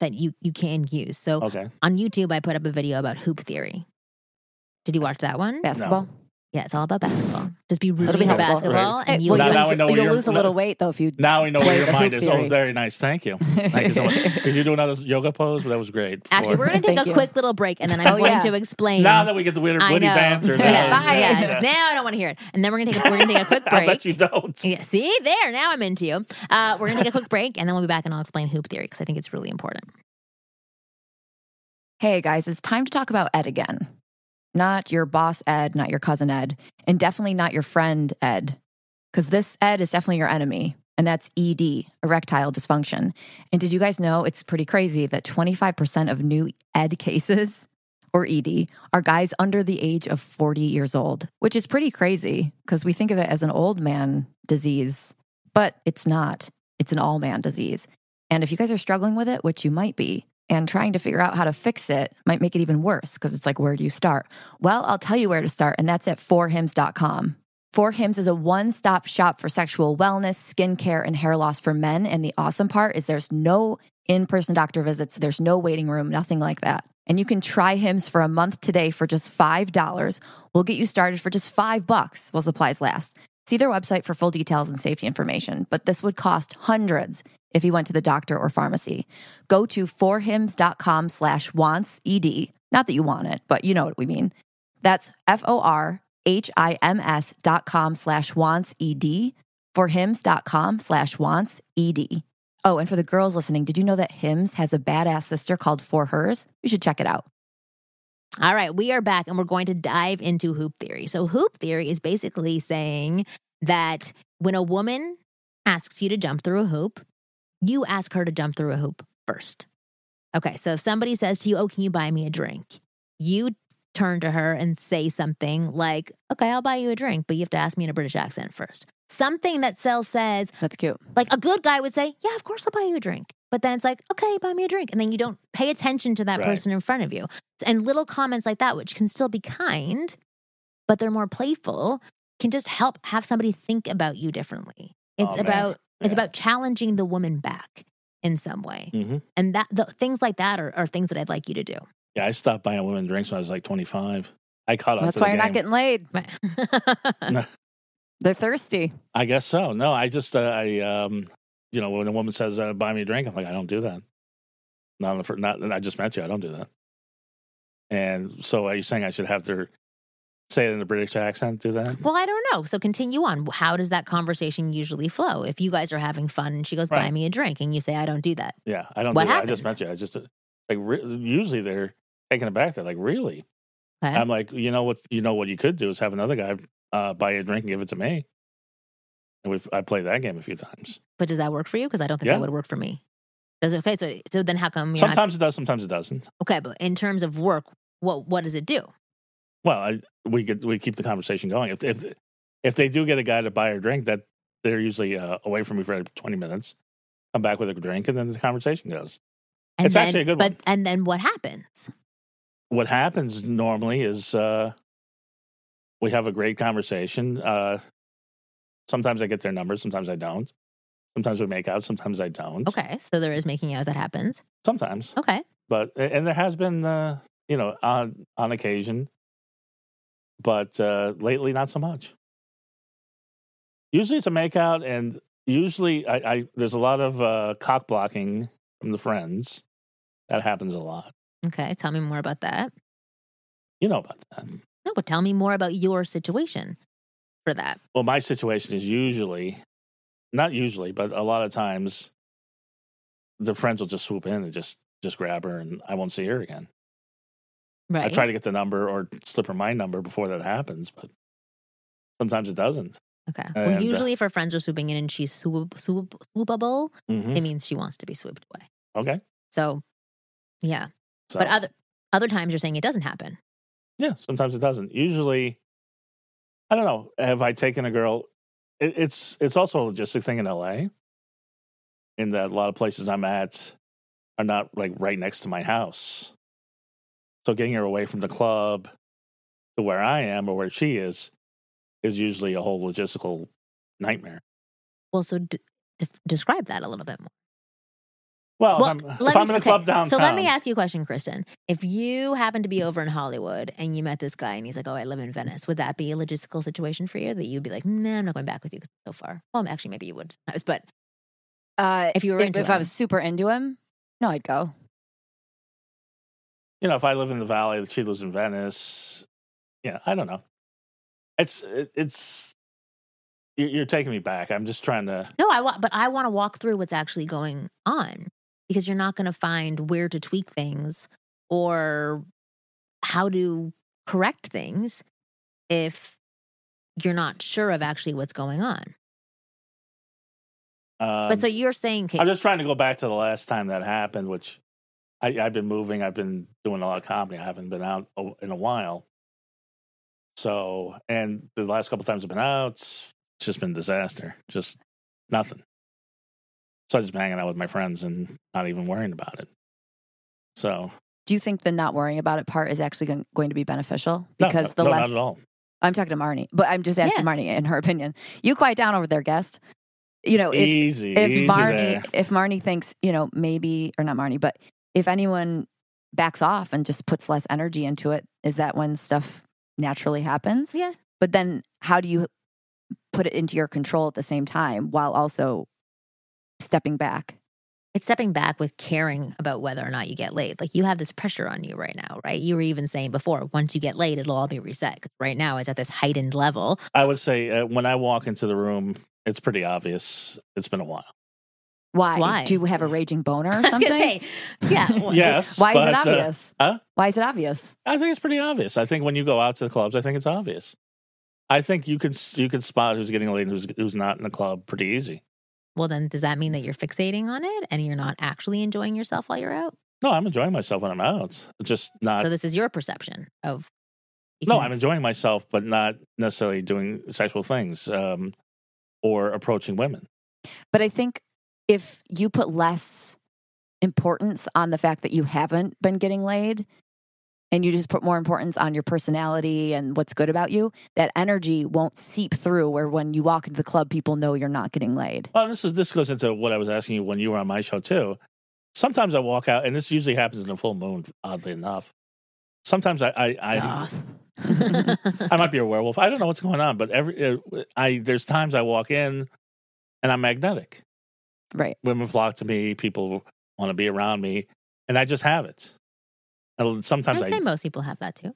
B: that you you can use. So
A: Oh, [LAUGHS]
C: Okay,
B: on YouTube, I put up a video about hoop theory. Did you watch that one?
A: Basketball.
B: Yeah, it's all about basketball. Just be
A: It'll
B: rooting
A: be
B: for
A: helpful.
B: basketball,
A: Hey,
B: and you.
A: well,
C: Now-
A: you'll
C: now
A: lose-
C: I know
A: you'll
C: you're-
A: lose a little weight though if [LAUGHS] you.
C: Now we know
A: Play
C: where your
A: the
C: mind
A: hoop
C: is. Oh,
A: theory.
C: very nice. Thank you. Thank you so much.
A: [LAUGHS]
C: Did you do another yoga pose? That was great.
B: Actually,
C: Or-
B: we're going to take
A: Thank
B: a
A: you.
B: quick little break, and then I'm
A: Oh, [LAUGHS]
B: going
A: yeah.
B: to explain.
C: now that we get the witty,
B: I
C: witty
B: know. [LAUGHS]
C: banter, now,
B: yeah,
C: [LAUGHS]
A: Bye.
B: yeah. Now I don't want to hear it. And then we're going to take a, we're going to take a quick
C: I
B: break.
C: bet you don't.
B: Yeah, see there. Now I'm into you. Uh, we're gonna take a quick break, and then we'll be back, and I'll explain hoop theory because I think it's really important.
A: Hey guys, it's time to talk about Ed again. Not your boss Ed, not your cousin Ed, and definitely not your friend Ed. Because this Ed is definitely your enemy, and that's ED, erectile dysfunction. And did you guys know it's pretty crazy that 25% of new Ed cases or ED are guys under the age of 40 years old, which is pretty crazy because we think of it as an old man disease, but it's not. It's an all man disease. And if you guys are struggling with it, which you might be, and trying to figure out how to fix it might make it even worse because it's like, where do you start? Well, I'll tell you where to start, and that's at forhims.com. Four Hims is a one stop shop for sexual wellness, skincare, and hair loss for men. And the awesome part is there's no in person doctor visits, there's no waiting room, nothing like that. And you can try Hims for a month today for just $5. We'll get you started for just five bucks while supplies last. See their website for full details and safety information, but this would cost hundreds if you went to the doctor or pharmacy. Go to forhims.com slash wants ED. Not that you want it, but you know what we mean. That's F O R H I M S dot com slash wants ED. Forhims.com slash wants ED. Oh, and for the girls listening, did you know that Hims has a badass sister called For Hers? You should check it out.
B: All right, we are back, and we're going to dive into hoop theory. So hoop theory is basically saying that when a woman asks you to jump through a hoop, you ask her to jump through a hoop first. Okay, so if somebody says to you, "Oh, can you buy me a drink?" you turn to her and say something like, "Okay, I'll buy you a drink, but you have to ask me in a British accent first. Something that Sel says
A: That's cute.
B: Like a good guy would say, Yeah, of course I'll buy you a drink. But then it's like, Okay, buy me a drink. And then you don't pay attention to that
C: Right.
B: person in front of you. And little comments like that, which can still be kind, but they're more playful, can just help have somebody think about you differently. It's
C: Oh, man.
B: about it's
C: Yeah.
B: about challenging the woman back in some way.
C: Mhm.
B: And that the, things like that are, are things that I'd like you to do.
C: Yeah, I stopped buying women drinks when I was like 25. I caught up.
A: That's
C: to the
A: why you're not getting
C: game.
A: laid.
B: Right.
A: They're thirsty.
C: I guess so. No, I just uh, I um you know when a woman says uh, buy me a drink, I'm like I don't do that. Not on the fir- not. and I just met you. I don't do that. And so are you saying I should have their say it in a British accent? Do that?
B: [LAUGHS] Well, I don't know. So continue on. How does that conversation usually flow? If you guys are having fun and she goes, buy
C: Right.
B: me a drink, and you say, I don't do that.
C: Yeah, I don't.
B: What
C: do that. I just
B: happens?
C: met you. I just uh, like re- usually they're taken aback. They're like really.
B: Okay.
C: I'm like you know what you know what you could do is have another guy uh, buy you a drink and give it to me. And we've I played that game a few times.
B: but does that work for you? Because I don't think
C: Yeah.
B: that would work for me. Does it, okay. So, so then how come you're
C: Sometimes it does. Sometimes it doesn't.
B: not? Okay. But in terms of work, what, what does it do?
C: Well, I, we get we keep the conversation going. If if if they do get a guy to buy her a drink, that they're usually uh, away from me for 20 minutes. Come back with a drink, and then the conversation goes.
B: And
C: It's
B: then,
C: actually a good
B: but,
C: one.
B: And then what happens?
C: What happens normally is uh, we have a great conversation. Uh, sometimes I get their numbers, sometimes I don't. Sometimes we make out, sometimes I don't.
B: Okay. So there is making out that happens.
C: Sometimes,
B: Okay.
C: but and there has been uh, you know on on occasion, but uh, lately not so much. Usually it's a makeout, and usually I, I there's a lot of uh, cock blocking from the friends. That happens a lot.
B: Okay. Tell me more about that.
C: You know about that.
B: No, but tell me more about your situation for that.
C: Well, my situation is usually, not usually, but a lot of times, the friends will just swoop in and just just grab her, and I won't see her again.
B: Right.
C: I try to get the number or slip her my number before that happens, but sometimes it doesn't.
B: Okay. Well,
C: And, uh,
B: usually if her friends are swooping in and she's swoop, swoop, swoopable,
C: Mhm.
B: it means she wants to be swooped away.
C: Okay.
B: So, yeah.
C: So,
B: But other other times you're saying it doesn't happen.
C: yeah, sometimes it doesn't. Usually, I don't know. Have I taken a girl? It, it's it's also a logistic thing in LA, in that a lot of places I'm at are not like right next to my house. So getting her away from the club to where I am or where she is is usually a whole logistical nightmare.
B: Well, so d- de- describe that a little bit more.
C: Well,
B: Well,
C: Oh, if I'm,
B: let
C: if
B: me-
C: I'm in a
B: okay,
C: club downtown,
B: So let me ask you a question, Kristen. If you happen to be over in Hollywood and you met this guy and he's like, "Oh, I live in Venice," would that be a logistical situation for you that you'd be like, "Nah, I'm not going back with you 'cause it's so far." Well, actually, maybe you would sometimes, but
A: Uh,
B: if you were
A: if,
B: into
A: if I
B: him.
A: was super into him, no, I'd go.
C: you know, if I live in the valley, she lives in Venice. Yeah, I don't know. It's it, it's you- you're taking me back. I'm just trying to.
B: no, I want, but I want to walk through what's actually going on because you're not going to find where to tweak things or how to correct things if you're not sure of actually what's going on.
C: Um,
B: but so you're saying, Kate,
C: I'm just trying to go back to the last time that happened, which I, I've been moving. I've been doing a lot of comedy. I haven't been out a- in a while. So, and the last couple times I've been out, it's just been disaster. Just nothing. So I've just been hanging out with my friends and not even worrying about it. So
A: Do you think the not worrying about it part is actually gon- going to be beneficial?
C: no,
A: Because
C: no,
A: the
C: no,
A: less
C: not at all.
A: I'm talking to Marnie, but I'm just asking
B: Yeah.
A: Marnie in her opinion. You quiet down over there, guest. You know, if
C: easy,
A: if
C: easy
A: Marnie
C: there.
A: if Marnie thinks, you know, maybe or not Marnie, but if anyone backs off and just puts less energy into it, is that when stuff naturally happens?
B: Yeah.
A: But then how do you put it into your control at the same time while also stepping back?
B: it's stepping back with caring about whether or not you get laid. Like you have this pressure on you right now, right? You were even saying before, once you get laid, it'll all be reset. 'Cause right now, it's at this heightened level. [LAUGHS]
C: I would say uh, when I walk into the room, it's pretty obvious. It's been a while.
A: Why?
B: Why?
A: Do you have a raging boner or
B: [LAUGHS] I was gonna
A: something?
B: say, yeah, well,
C: Yes.
A: Why is it
C: but, uh,
A: obvious?
C: huh?
A: Why is it obvious?
C: I think it's pretty obvious. I think when you go out to the clubs, I think it's obvious. I think you could you could spot who's getting laid and who's who's not in the club pretty easy.
B: Well, then does that mean that you're fixating on it and you're not actually enjoying yourself while you're out?
C: No, I'm enjoying myself when I'm out. Just not.
B: so this is your perception of. you
C: Uh no,
B: can-
C: I'm enjoying myself, but not necessarily doing sexual things um, or approaching women.
A: But I think if you put less importance on the fact that you haven't been getting laid and you just put more importance on your personality and what's good about you, that energy won't seep through where when you walk into the club, people know you're not getting laid.
C: Well, this is this goes into what I was asking you when you were on my show too. Sometimes I walk out, and this usually happens in the full moon. Oddly enough, sometimes I I, I
A: Goth.
C: [LAUGHS]
B: [LAUGHS]
C: I might be a werewolf. I don't know what's going on, but every uh, I there's times I walk in and I'm magnetic.
A: Right.
C: Women flock to me. People want to be around me, and I just have it. And sometimes
B: I'd say
C: I,
B: most people have that too.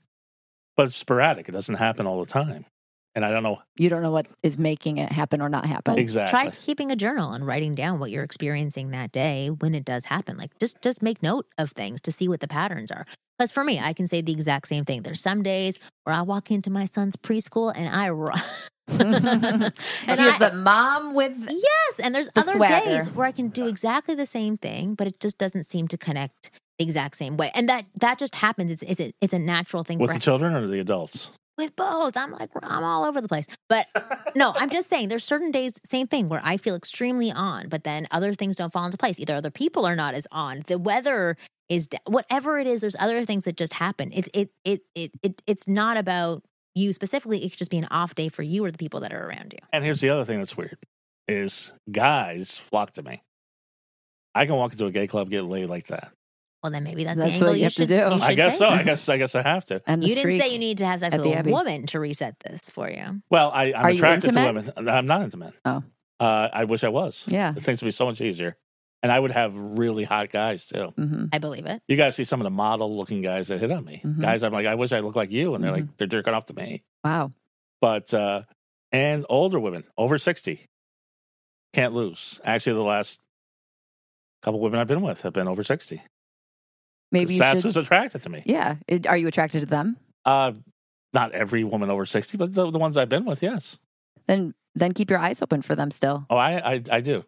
C: but it's sporadic. It doesn't happen all the time, and I don't know
A: You don't know what is making it happen or not happen.
C: exactly.
B: Try keeping a journal and writing down what you're experiencing that day when it does happen. Like just just make note of things to see what the patterns are. Because for me, I can say the exact same thing. There's some days where I walk into my son's preschool and
A: [LAUGHS]
B: I run. [LAUGHS] and
A: she is
B: I-
A: the mom with
B: yes, and there's
A: the
B: other
A: swagger.
B: days where I can do exactly the same thing, but it just doesn't seem to connect the exact same way. And that that just happens. It's it's a, it's a natural thing
C: with
B: for
C: the children or the adults.
B: with both. I'm like, I'm all over the place. But no, I'm just saying there's certain days, same thing, where I feel extremely on, but then other things don't fall into place. Either other people are not as on, the weather is d- whatever it is. There's other things that just happen. It's it it it it it's not about you specifically. It could just be an off day for you or the people that are around you.
C: And here's the other thing that's weird: is guys flock to me. I can walk into a gay club, get laid like that.
B: Well, then maybe that's,
A: That's
B: the angle
A: what you
B: you,
A: have to
B: should
A: do.
B: you
A: I
C: I
B: should
C: guess
B: take.
C: so. I guess I guess I have to.
A: and the
B: You didn't say
A: streak.
B: you need to have sex
A: at
B: with
A: the
B: a
A: Abbey.
B: woman to reset this for you.
C: Well, I, I'm
A: Are you
C: attracted
A: into
C: to
A: men?
C: women. I'm not into men.
A: Oh.
C: Uh, I wish I was.
A: Yeah.
C: Things would be so much easier. And I would have really hot guys too.
A: hmm
B: I believe it.
C: You guys see some of the model looking guys that hit on me.
A: Mhm.
C: Guys, I'm like, I wish I looked like you. And they're
A: Mm-hmm.
C: like, they're jerking off to me.
A: Wow.
C: But, uh, and older women over 60 can't lose. Actually, the last couple women I've been with have been over 60.
A: Maybe you
C: That's
A: should.
C: who's attracted to me.
A: Yeah. It- are you attracted to them?
C: Uh, not every woman over 60, but the, the ones I've been with, yes.
A: Then then keep your eyes open for them still.
C: Oh, I, I, I do.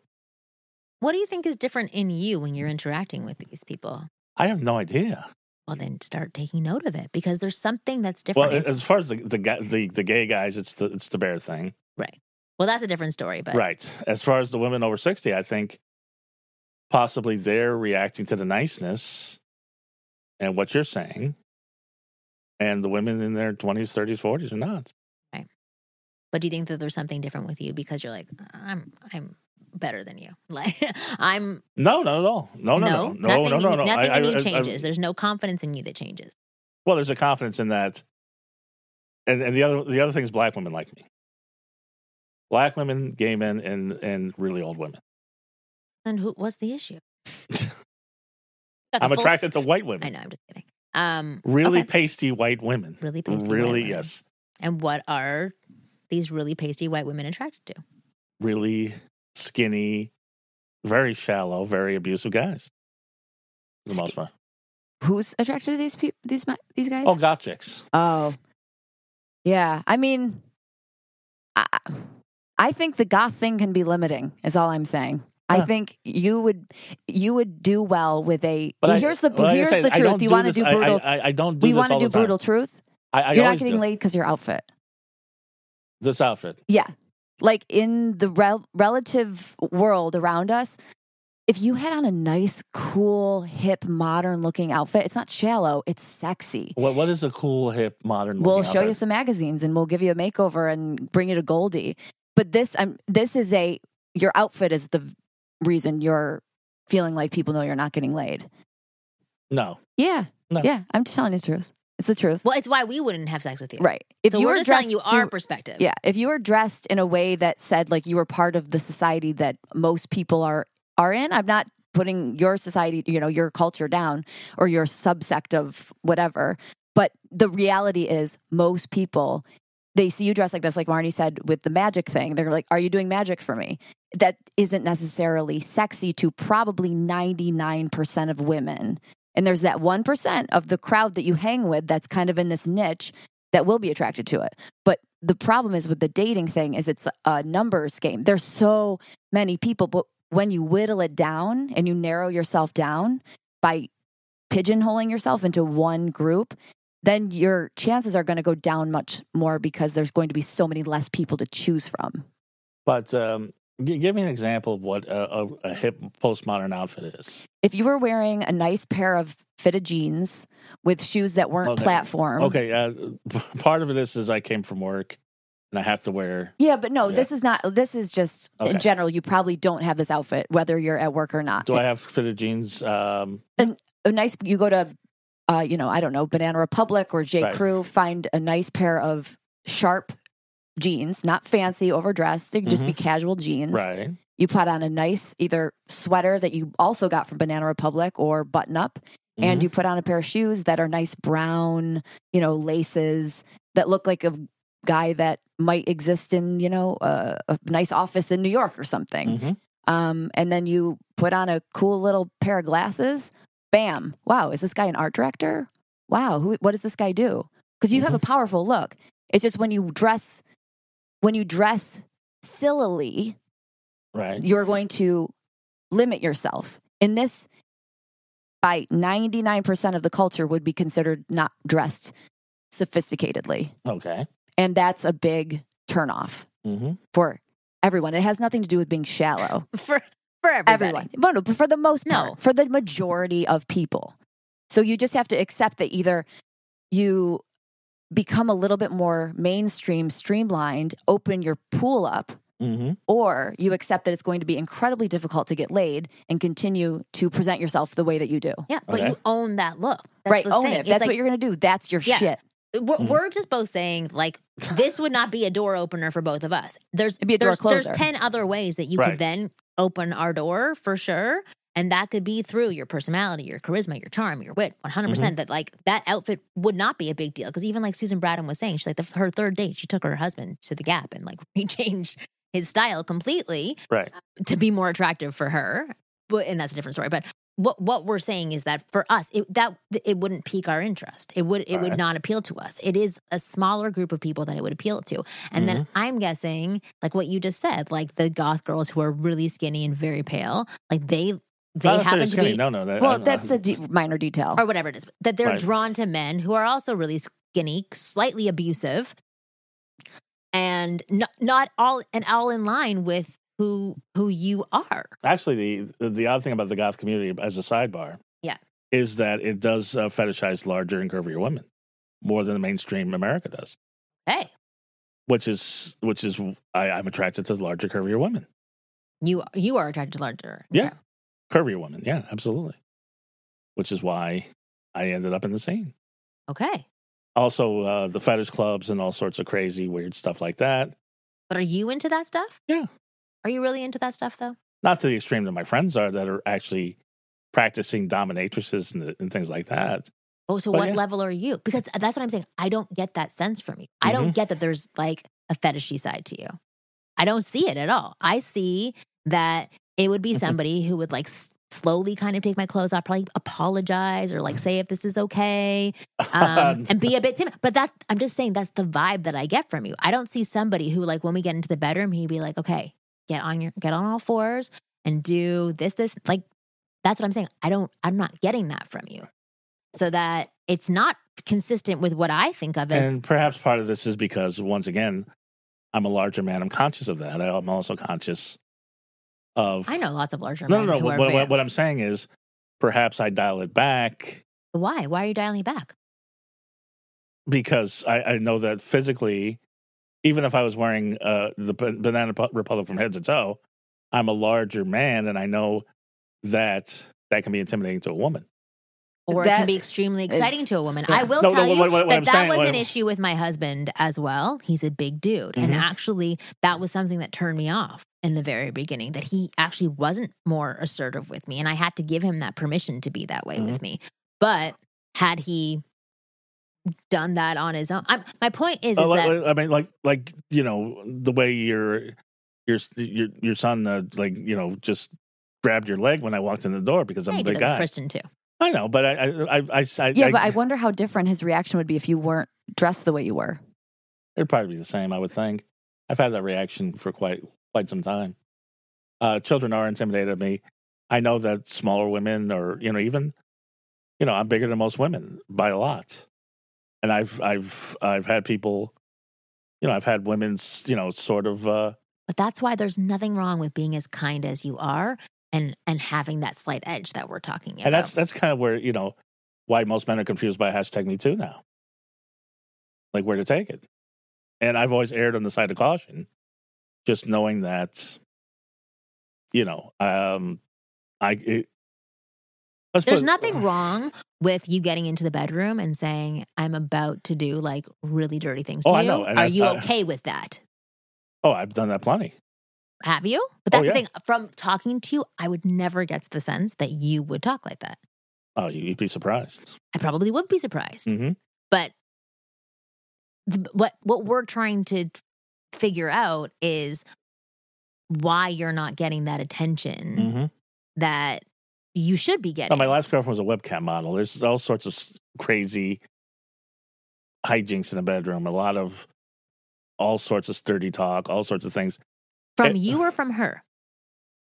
B: What do you think is different in you when you're interacting with these people?
C: I have no idea.
B: Well, then start taking note of it because there's something that's
C: Well,
B: different. It's-
C: as far as the the, guy- the the gay guys, it's the it's the bear thing,
B: Well, that's a different story, but
C: right? As far as the women over sixty, I think possibly they're reacting to the niceness and what you're saying, and the women in their twenties, thirties, forties are not.
B: but do you think that there's something different with you because you're like I'm I'm better than you. [LAUGHS] Like I'm
C: No, not at all. No, Oh, no, no, no, no,
B: nothing,
C: no,
B: in,
C: no.
B: nothing
C: I-
B: in
C: I-
B: you
C: I- I-
B: changes. There's no confidence in you that changes.
C: well, there's a confidence in that, and and the other the other thing is black women like me. Black women, gay men, and and really old women.
B: Then who? What's the
C: [LAUGHS]
B: issue?
C: I'm attracted to white
B: I
C: women.
B: know. I'm just kidding. Um,
C: Really
B: okay.
C: pasty white women.
B: really pasty. white
C: really,
B: women.
C: yes.
B: And what are these really pasty white women attracted to?
C: Really skinny, very shallow, very abusive guys. For the most part.
A: Who's attracted to these people? These mi- these guys?
C: Oh, got chicks.
A: Oh. Yeah. I mean, I, I think the goth thing can be limiting, is all I'm saying. I
C: Huh.
A: think you would you would do well with a
C: But I-
A: here's the
C: like I
A: here's
C: said,
A: the
C: I don't
A: truth. You want to
C: this-
A: do
C: I-
A: brutal
C: I, I, I don't do
A: we
C: this
A: want to
C: all
A: do
C: the time.
A: brutal truth.
C: I, I
A: You're not
C: always
A: getting
C: do.
A: laid because your outfit.
C: This outfit.
A: Yeah. Like in the rel- relative world around us, if you had on a nice, cool, hip, modern looking outfit, it's not shallow, it's sexy.
C: What what is a cool hip modern?
A: We'll
C: looking
A: show you
C: outfit?
A: some magazines and we'll give you a makeover and bring you to Goldie. But this I'm this is a your outfit is the reason you're feeling like people know you're not getting laid.
C: No,
A: Yeah.
C: No.
A: Yeah. I'm just telling you the truth. It's the truth.
B: Well, it's why we wouldn't have sex with you.
A: Right. If
B: so
A: you
B: we're
A: were
B: just telling you
A: dressed
B: our
A: to-
B: perspective.
A: Yeah, if you were dressed in a way that said like you were part of the society that most people are are in, I'm not putting your society, you know, your culture down or your subsect of whatever. But the reality is most people they see you dressed like this like Marnie said with the magic thing. They're like, "Are you doing magic for me?" That isn't necessarily sexy to probably 99% of women. And there's that 1% of the crowd that you hang with that's kind of in this niche that will be attracted to it. But the problem is with the dating thing is it's a numbers game. There's so many people, but when you whittle it down and you narrow yourself down by pigeonholing yourself into one group, then your chances are going to go down much more because there's going to be so many less people to choose from.
C: but um, g- give me an example of what a, a, a hip postmodern outfit is.
A: If you were wearing a nice pair of fitted jeans with shoes that weren't
C: Okay.
A: platform,
C: Okay, uh, [LAUGHS] part of this is I came from work and I have to wear.
A: Yeah, but no,
C: Yeah.
A: this is not. This is just
C: Okay.
A: in general. You probably don't have this outfit whether you're at work or not.
C: Do I have fitted jeans? Um,
A: a nice you go to uh you know i don't know banana republic or j
C: Right.
A: crew find a nice pair of sharp jeans not fancy overdressed they can just be casual jeans
C: Mm-hmm. right.
A: you put on a nice either sweater that you also got from banana republic or button up
C: Mm-hmm.
A: and you put on a pair of shoes that are nice brown you know laces that look like a guy that might exist in you know a, a nice office in new york or something
C: Mhm.
A: um, and then you put on a cool little pair of glasses. Bam! Wow, is this guy an art director? Wow, who? What does this guy do? Because you have a powerful look. It's just when you dress, when you dress sillily,
C: right.
A: you're going to limit yourself. In this, by ninety nine percent of the culture would be considered not dressed sophisticatedly,
C: Okay.
A: and that's a big turnoff
C: hmm
A: for everyone. It has nothing to do with being shallow.
B: [LAUGHS] For for everybody.
A: everyone. But no, but for the most
B: No.
A: part, for the majority of people. So you just have to accept that either you become a little bit more mainstream, streamlined, open your pool up,
C: hmm
A: or you accept that it's going to be incredibly difficult to get laid and continue to present yourself the way that you do.
B: Yeah, but
C: Okay.
B: you own that look. That's
A: right,
B: the
A: own
B: thing.
A: it.
B: It's
A: That's
B: like-
A: what you're going to do. That's your
B: Yeah.
A: shit.
B: We're,
C: Mhm.
B: we're just both saying like this would not be a door opener for both of us. There's
A: It'd be a door
B: there's, there's
A: closer.
B: ten other ways that you
C: Right.
B: could then open our door for sure, and that could be through your personality, your charisma, your charm, your wit, one hundred percent. That like that outfit would not be a big deal because even like Susan Bradham was saying, she like the, her third date, she took her husband to the Gap and like [LAUGHS] he changed his style completely
C: Right.
B: to be more attractive for her. But and that's a different story. But what what we're saying is that for us, it that it wouldn't pique our interest. It would it would
C: Alright.
B: not appeal to us. It is a smaller group of people that it would appeal to. And then
C: Mm-hmm.
B: I'm guessing, like what you just said, like the goth girls who are really skinny and very pale, like they
C: Not
B: they
C: necessarily
B: happen to
C: skinny.
B: be
C: No, no. That,
A: Well,
C: I-
A: that's a de- minor detail.
B: or whatever it is, that they're
C: Right.
B: drawn to men who are also really skinny, slightly abusive, and not not all and all in line with who who you are.
C: [LAUGHS] actually the the odd thing about the goth community as a sidebar
B: Yeah.
C: is that it does uh, fetishize larger and curvier women more than the mainstream america does
B: Hey,
C: which is which is I, i'm attracted to larger curvier women
B: You you are attracted to larger.
C: Yeah. Curvier women. Yeah, absolutely. Which is why I ended up in the scene.
B: Okay. Okay.
C: Also, uh, the fetish clubs and all sorts of crazy, weird stuff like that.
B: But are you into that stuff?
C: Yeah.
B: Are you really into that stuff though?
C: Not to the extreme that my friends are that are actually practicing dominatrixes and, and things like that.
B: Oh, so
C: Well,
B: what
C: yeah.
B: level are you? Because that's what I'm saying. I don't get that sense from you. I don't get that there's like a fetishy side to you. I don't see it at all. I see that it would be somebody who would like s- slowly kind of take my clothes off, probably apologize or like say if this is okay um, and be a bit timid. But that I'm just saying that's the vibe that I get from you. I don't see somebody who like when we get into the bedroom, he'd be like, okay, get on your get on all fours and do this this like that's what I'm saying. I don't I'm not getting that from you. So that it's not consistent with what I think of as
C: And perhaps part of this is because, once again, I'm a larger man. I'm conscious of that. I'm also conscious of.
B: I know lots of larger
C: No,
B: men
C: no, no.
B: who
C: What,
B: are
C: what,
B: very-
C: what I'm saying is perhaps I dial it back
B: why? Why are you dialing it back?
C: because I, I know that physically, even if I was wearing uh, the Ba- Banana Pu- Republic from head to toe, I'm a larger man. And I know that that can be intimidating to a woman.
B: Or it
A: That
B: can be extremely exciting
A: is-
B: to a woman.
A: yeah.
B: I will
C: No, no,
B: tell you
C: what- what- what
B: that
C: I'm
B: that
C: saying-
B: was
C: what
B: an
C: I'm-
B: issue with my husband as well. He's a big dude. And
C: Mhm.
A: Mm-hmm.
B: actually, that was something that turned me off in the very beginning that he actually wasn't more assertive with me. And I had to give him that permission to be that
A: Mm-hmm.
B: way with me. But had he done that on his own, I'm, my point is,
C: Uh,
B: is
C: like-
B: that
C: like- I mean, like, like you know, the way your your your your son, uh, like you know, just grabbed your leg when I walked in the door because I'm
B: I
C: a
B: did that
C: big
B: with
C: guy.
B: Christian too.
C: I know, but I, I, I, I, I
A: Yeah, but I wonder how different his reaction would be if you weren't dressed the way you were.
C: it'd probably be the same. I would think. I've had that reaction for quite quite some time. Uh, children are intimidated of me. I know that smaller women, or you know, even you know, I'm bigger than most women by a lot, and I've I've I've had people, you know, I've had women's, you know, sort of. uh
B: But that's why there's nothing wrong with being as kind as you are and and having that slight edge that we're talking about.
C: And that's that's kind of where you know why most men are confused by hashtag Me Too now, like where to take it. And I've always erred on the side of caution, just knowing that, you know, um, I. It, let's
B: There's
C: put-
B: nothing wrong with you getting into the bedroom and saying, "I'm about to do like really dirty things to
C: Oh,
B: you."
C: I know, and
B: Are
C: I-
B: you
C: I-
B: okay with that?
C: Oh, I've done that plenty.
B: Have you? But
C: Oh,
B: that's
C: yeah.
B: the thing. From talking to you, I would never get the sense that you would talk like that.
C: Oh, you- you'd be surprised.
B: I probably would be surprised.
C: Mhm.
B: But th- what what we're trying to figure out is why you're not getting that attention
C: Mm-hmm.
B: that you should be
C: Oh,
B: getting.
C: my last girlfriend was a webcam model. There's all sorts of s- crazy hijinks in the bedroom. A lot of all sorts of sturdy talk, all sorts of things
B: from
C: it-
B: you or from her?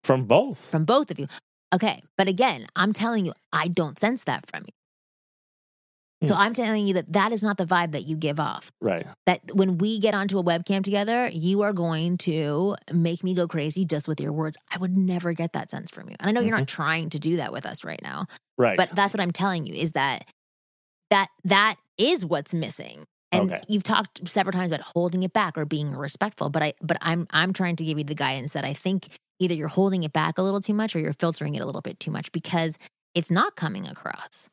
C: from both.
B: From both of you. Okay. But again, I'm telling you, I don't sense that from you. So I'm telling you that that is not the vibe that you give off.
C: right.
B: That when we get onto a webcam together, you are going to make me go crazy just with your words. I would never get that sense from you. And I know you're not trying to do that with us right now,
C: Right.
B: but that's what I'm telling you is that that that is what's missing. And
C: Okay.
B: you've talked several times about holding it back or being respectful, but I but I'm I'm trying to give you the guidance that I think either you're holding it back a little too much or you're filtering it a little bit too much because it's not coming across.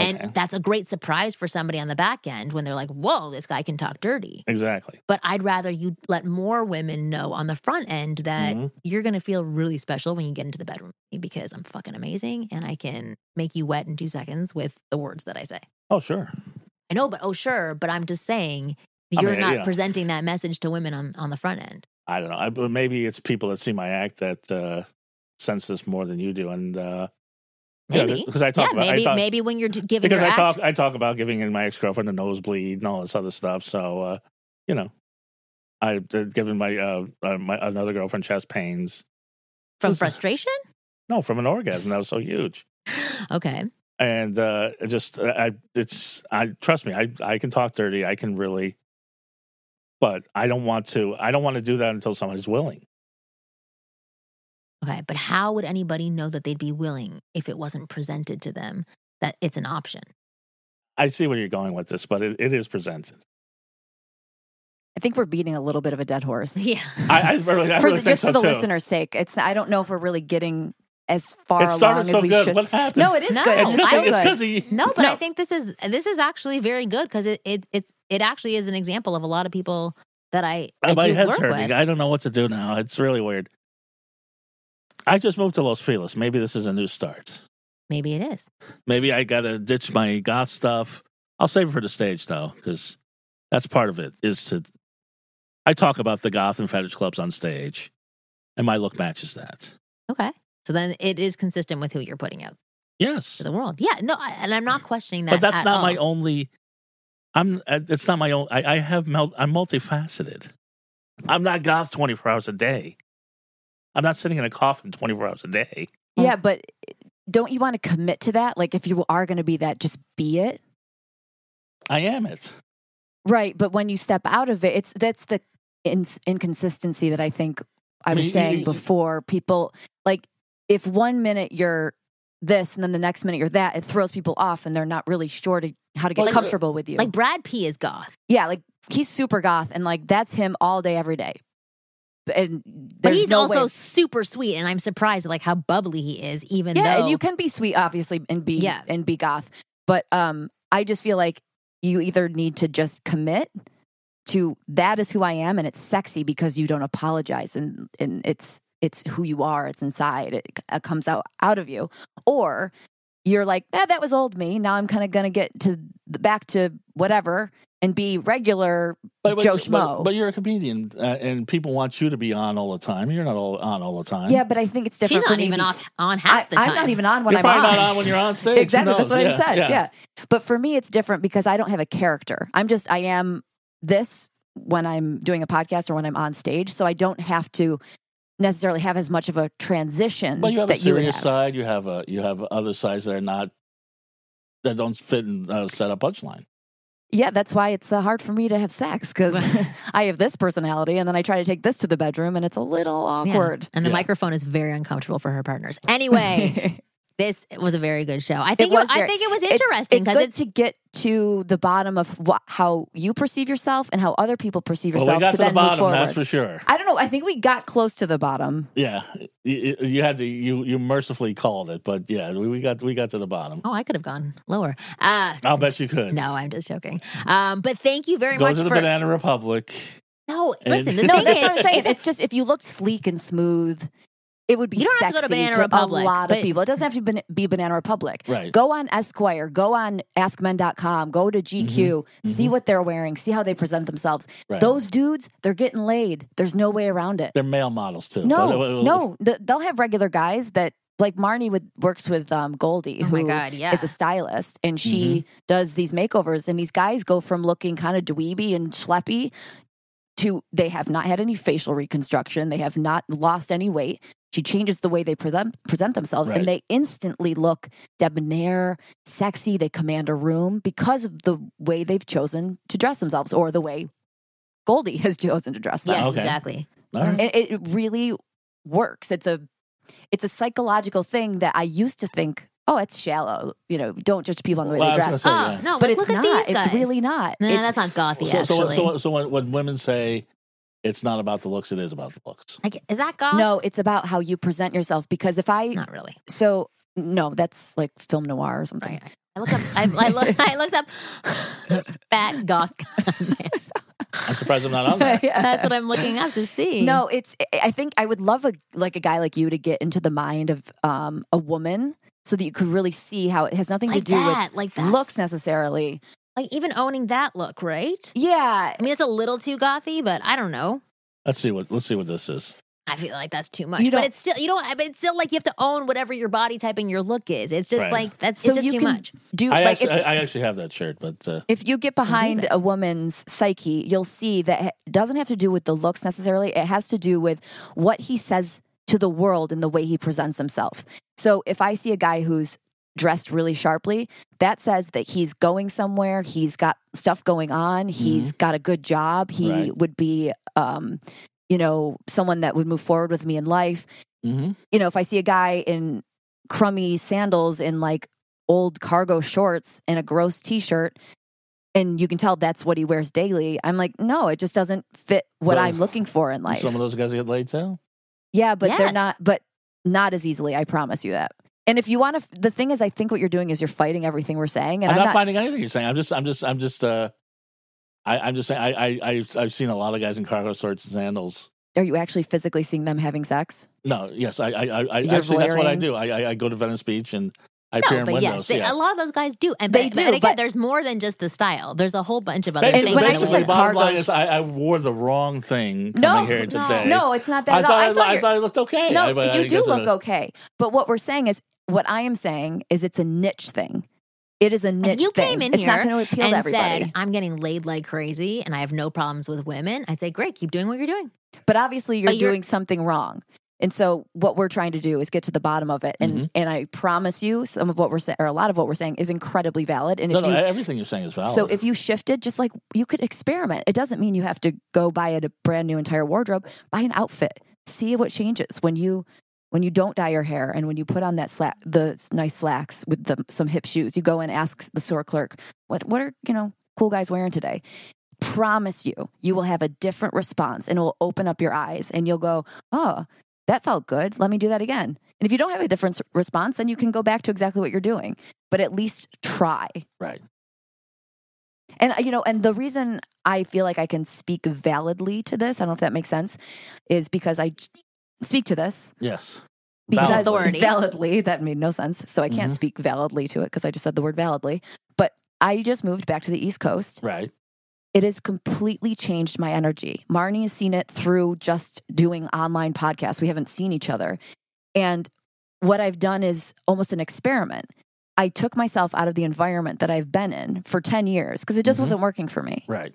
C: okay.
B: And that's a great surprise for somebody on the back end when they're like, "Whoa, this guy can talk dirty."
C: exactly.
B: But I'd rather you let more women know on the front end that
C: Mhm.
B: you're going to feel really special when you get into the bedroom with me because I'm fucking amazing and I can make you wet in two seconds with the words that I say.
C: Oh, sure.
B: I know, but oh, sure. But I'm just saying
C: I
B: you're
C: mean,
B: not
C: yeah.
B: presenting that message to women on, on the front end.
C: I don't know. I, but maybe it's people that see my act that uh, sense this more than you do, and uh,
B: Maybe.
C: because I talk
B: yeah,
C: about I
B: maybe,
C: talk-
B: maybe when you're d- giving
C: because
B: your
C: I
B: act.
C: talk I talk about giving my ex girlfriend a nosebleed and all this other stuff. So uh, you know, I've uh, given my uh, uh, my another girlfriend chest pains.
B: from
C: Listen.
B: frustration? [GASPS]
C: No, from an orgasm that was so huge,
B: Okay.
C: and uh, it just uh, I it's I trust me I I can talk dirty I can really, but I don't want to I don't want to do that until somebody's willing.
B: Okay. But how would anybody know that they'd be willing if it wasn't presented to them that it's an option? [LAUGHS]
C: I see where you're going with this, but it, it is presented.
A: I think we're beating a little bit of a dead horse.
B: Yeah.
C: I, I really, I
A: [LAUGHS] for
C: really
A: the,
C: think
A: just
C: so
A: for the
C: too.
A: listener's sake, it's I don't know if we're really getting as far
C: It
A: along
C: started so
A: as we
C: good.
A: should.
C: What happened?
A: No, it is
B: No,
A: good.
B: it's
A: It's,
B: I
A: so
B: think
C: [LAUGHS] it's
A: good.
C: because he.
B: No, but
A: No.
B: I think this is this is actually very good because it, it it's it actually is an example of a lot of people that I, I
C: my
B: do
C: head's
B: work
C: hurting.
B: with.
C: I don't know what to do now. It's really weird. I just moved to Los Feliz. Maybe this is a new start.
B: Maybe it is.
C: Maybe I gotta ditch my goth stuff. I'll save it for the stage though, because that's part of it. Is to I talk about the goth and fetish clubs on stage, and my look matches that.
B: Okay. So then it is consistent with who you're putting out
C: Yes,
B: to the world. Yeah. No, I, and I'm not questioning that.
C: but that's
B: at
C: not
B: all.
C: my only. I'm. uh, It's not my own. I, I have. Mel, I'm multifaceted. I'm not goth 24 hours a day. I'm not sitting in a coffin 24 hours a day.
A: Yeah, but don't you want to commit to that? Like if you are going to be that, just be it.
C: I am it.
A: Right, but when you step out of it, it's that's the in, inconsistency that I think I
C: I
A: was
C: mean, you-
A: saying
C: you-
A: before. People like if one minute you're this and then the next minute you're that, it throws people off, and they're not really sure to how to get
B: Well, like-
A: comfortable with you.
B: Like Brad P is goth,
A: yeah, like he's super goth, and like that's him all day, every day. And
B: but
A: there's
B: he's
A: no way-
B: also super sweet, and I'm surprised at like how bubbly he is. Even
A: yeah,
B: though
A: and you can be sweet, obviously, and be
B: Yeah.
A: and be goth. But um, I just feel like you either need to just commit to that is who I am, and it's sexy because you don't apologize, and and it's it's who you are. It's inside. It, c- it comes out out of you, or you're like, eh, that was old me. Now I'm kind of gonna get to the, back to whatever and be regular. Joe Schmo.
C: But, but you're a comedian, uh, and people want you to be on all the time. You're not all on all the time.
A: Yeah, but I think it's different.
B: she's
A: for
B: not
A: me
B: even
A: be-
B: off on
A: I,
B: half the time.
A: I'm not even on when
C: you're
A: I'm
C: probably
A: on. [LAUGHS]
C: not on when you're on stage. Who
A: exactly. That's
C: knows?
A: what
C: yeah,
A: I said. Yeah.
C: Yeah.
A: But for me, it's different because I don't have a character. I'm just, I am this when I'm doing a podcast or when I'm on stage. So I don't have to necessarily have as much of a transition
C: But you have a
A: that you would
C: serious
A: have.
C: side. You have a you have other sides that are not that don't fit in uh, set up punchline.
A: Yeah, that's why it's uh, hard for me to have sex
B: [LAUGHS]
A: because [LAUGHS] I have this personality and then I try to take this to the bedroom and it's a little
B: Yeah.
A: awkward.
B: And the
C: Yeah.
B: microphone is very uncomfortable for
A: [LAUGHS]
B: her partners. Anyway, this was a very good show. I think it
A: was
B: I
A: very-
B: think it was
A: It's-
B: interesting
A: It's,
B: because
A: good
B: it's,
A: to get to the bottom of wha- how you perceive yourself and how other people perceive
C: Well,
A: yourself
C: we got to,
A: then
C: the bottom.
A: move forward.
C: That's for sure.
A: I don't know. I think we got close to the bottom.
C: Yeah, you, you had to you you mercifully called it, but yeah, we, we got we got to the bottom.
B: oh, I could have gone lower. Uh,
C: I'll bet you could.
B: no, I'm just joking. Um, but thank you very
C: Go
B: much
C: to the
B: for
C: Banana Republic.
B: no.
C: and-
B: Listen, the
A: No,
B: thing
A: that's what I'm
B: is,
A: saying.
B: is
A: It's just if you looked sleek and smooth, it would be
B: You don't have
A: sexy
B: to go to Banana
A: a
B: Republic,
A: lot
B: but-
A: of people. It doesn't have to ban- be Banana Republic.
C: Right.
A: Go on Esquire, go on AskMen.com, go to GQ, see
C: mhm.
A: what they're wearing, see how they present themselves.
C: Right.
A: Those dudes, they're getting laid. There's no way around it.
C: They're male models [LAUGHS] too.
A: no,
C: But- uh,
A: no, th- they'll have regular guys that like Marnie with works with um, Goldie,
B: oh
A: who
B: my
A: is
B: god, yeah.
A: a stylist, and she does these makeovers, and these guys go from looking kind of dweeby and schleppy to they have not had any facial reconstruction, they have not lost any weight. She changes the way they present, present themselves,
C: Right.
A: and they instantly look debonair, sexy. They command a room because of the way they've chosen to dress themselves, or the way Goldie [LAUGHS] has chosen to dress them
B: yeah,
C: Okay.
B: exactly.
C: All right.
A: it, it really works it's a it's a psychological thing that i used to think oh it's shallow you know don't judge people on the way
C: Well, I
A: they
C: was
A: dress
C: So,
B: oh
C: yeah.
B: no,
A: but
B: look,
A: it's
B: look
A: not
B: at these guys.
A: it's really not
B: no,
A: it's,
B: that's not gothy.
C: So, so,
B: actually,
C: so, so, when, when women say it's not about the looks, it is about the looks.
B: like, is that goth?
A: no it's about how you present yourself because if i
B: not really.
A: so no that's like film noir or something
B: Right. I looked up. I, I, look, I looked up [LAUGHS] fat goth. [LAUGHS]
C: I'm surprised I'm not
A: [LAUGHS]
C: on that.
A: Yeah.
B: That's what I'm looking up to see.
A: No, it's. I- I think I would love a like a guy like you to get into the mind of um, a woman, so that you could really see how it has nothing
B: like
A: to do
B: that, like
A: with
B: that's-
A: looks necessarily.
B: like even owning that look, right?
A: Yeah,
B: I mean, it's a little too gothy, but I don't know.
C: Let's see what let's see what this is.
B: I feel like that's too much.
A: You
B: But
A: don't-
B: it's still, you know, what? but it's still like you have to own whatever your body type and your look is. It's just
C: Right.
B: like that's
A: So
B: it's just
A: you
B: too
A: can-
B: much.
A: do
C: I,
A: like
C: actually,
A: if,
C: I, I actually have that shirt, but uh,
A: if you get behind a woman's psyche, you'll see that it doesn't have to do with the looks necessarily. It has to do with what he says to the world and the way he presents himself. So if I see a guy who's dressed really sharply, that says that he's going somewhere, he's got stuff going on, he's got a good job, he
C: Right.
A: would be um you know, someone that would move forward with me in life
C: mhm.
A: you know, if I see a guy in crummy sandals and like old cargo shorts and a gross t shirt, and you can tell that's what he wears daily. I'm like, no, it just doesn't fit what
C: Well,
A: I'm looking for in life.
C: Some of those guys get laid too.
A: Yeah, but they're
B: Yes.
A: not, but not as easily. I promise you that. And if you want to, the thing is, I think what you're doing is you're fighting everything we're saying, and
C: I'm, not, finding anything you're saying. I'm just, I'm just, I'm just, uh, I, I'm just saying. I, I, I've, I've seen a lot of guys in cargo shorts and sandals.
A: Are you actually physically seeing them having sex?
C: No, yes, I, I, I, I
A: You're
C: actually that's what I
A: blaring.
C: do. I, I, I go to Venice Beach and I
B: No,
C: peer in
B: but
C: windows.
B: yes, they,
C: yeah.
B: a lot of those guys do. And,
A: They
B: but,
A: do,
B: but again,
A: but-
B: there's more than just the style. There's a whole bunch of other
C: Basically,
B: things.
A: When I
B: that
A: just
B: go
C: basically,
A: said
B: into that.
A: car-
C: bottom line
A: cargo-
C: is I, I wore the wrong thing
A: No,
C: coming here
B: no.
C: today.
A: No, it's not that
C: I
A: at
C: thought
A: all. I
C: I,
A: saw
C: I
A: your,
C: thought I looked okay.
A: no,
C: I- I
A: you do
C: guess, uh,
A: look okay. But what we're saying is, what I am saying is, it's a niche thing. It is a niche
B: you
A: thing.
B: came in
A: it's not
B: here
A: going to appeal to
B: and
A: everybody.
B: said, I'm getting laid like crazy and I have no problems with women, I'd say, great, keep doing what you're doing.
A: but obviously, you're,
B: But "Oh, you're-
A: doing something wrong. And so, what we're trying to do is get to the bottom of it.
C: Mm-hmm.
A: And and I promise you, some of what we're saying, or a lot of what we're saying, is incredibly valid. And
C: No,
A: if
C: no, e,
A: you
C: everything you're saying is valid.
A: So if you shifted, just like you could experiment. It doesn't mean you have to go buy a brand new entire wardrobe. Buy an outfit. See what changes when you when you don't dye your hair and when you put on that slack, the nice slacks with the, some hip shoes. You go and ask the store clerk, "What what are you know cool guys wearing today?" Promise you, you will have a different response and it will open up your eyes and you'll go, "Oh, that felt good. Let me do that again." And if you don't have a different s- response, then you can go back to exactly what you're doing. But at least try.
C: right,
A: And uh, you know, and the reason I feel like I can speak validly to this, I don't know if that makes sense, is because I j- speak to this
C: yes,
A: because
C: Validly.
B: Authority.
A: validly that made no sense. So I can't
C: Mhm.
A: speak validly to it because I just said the word validly. But I just moved back to the East Coast.
C: right.
A: It has completely changed my energy. Marnie has seen it through just doing online podcasts. We haven't seen each other. And what I've done is almost an experiment. I took myself out of the environment that I've been in for 10 years because it just
C: Mhm.
A: wasn't working for me
C: Right.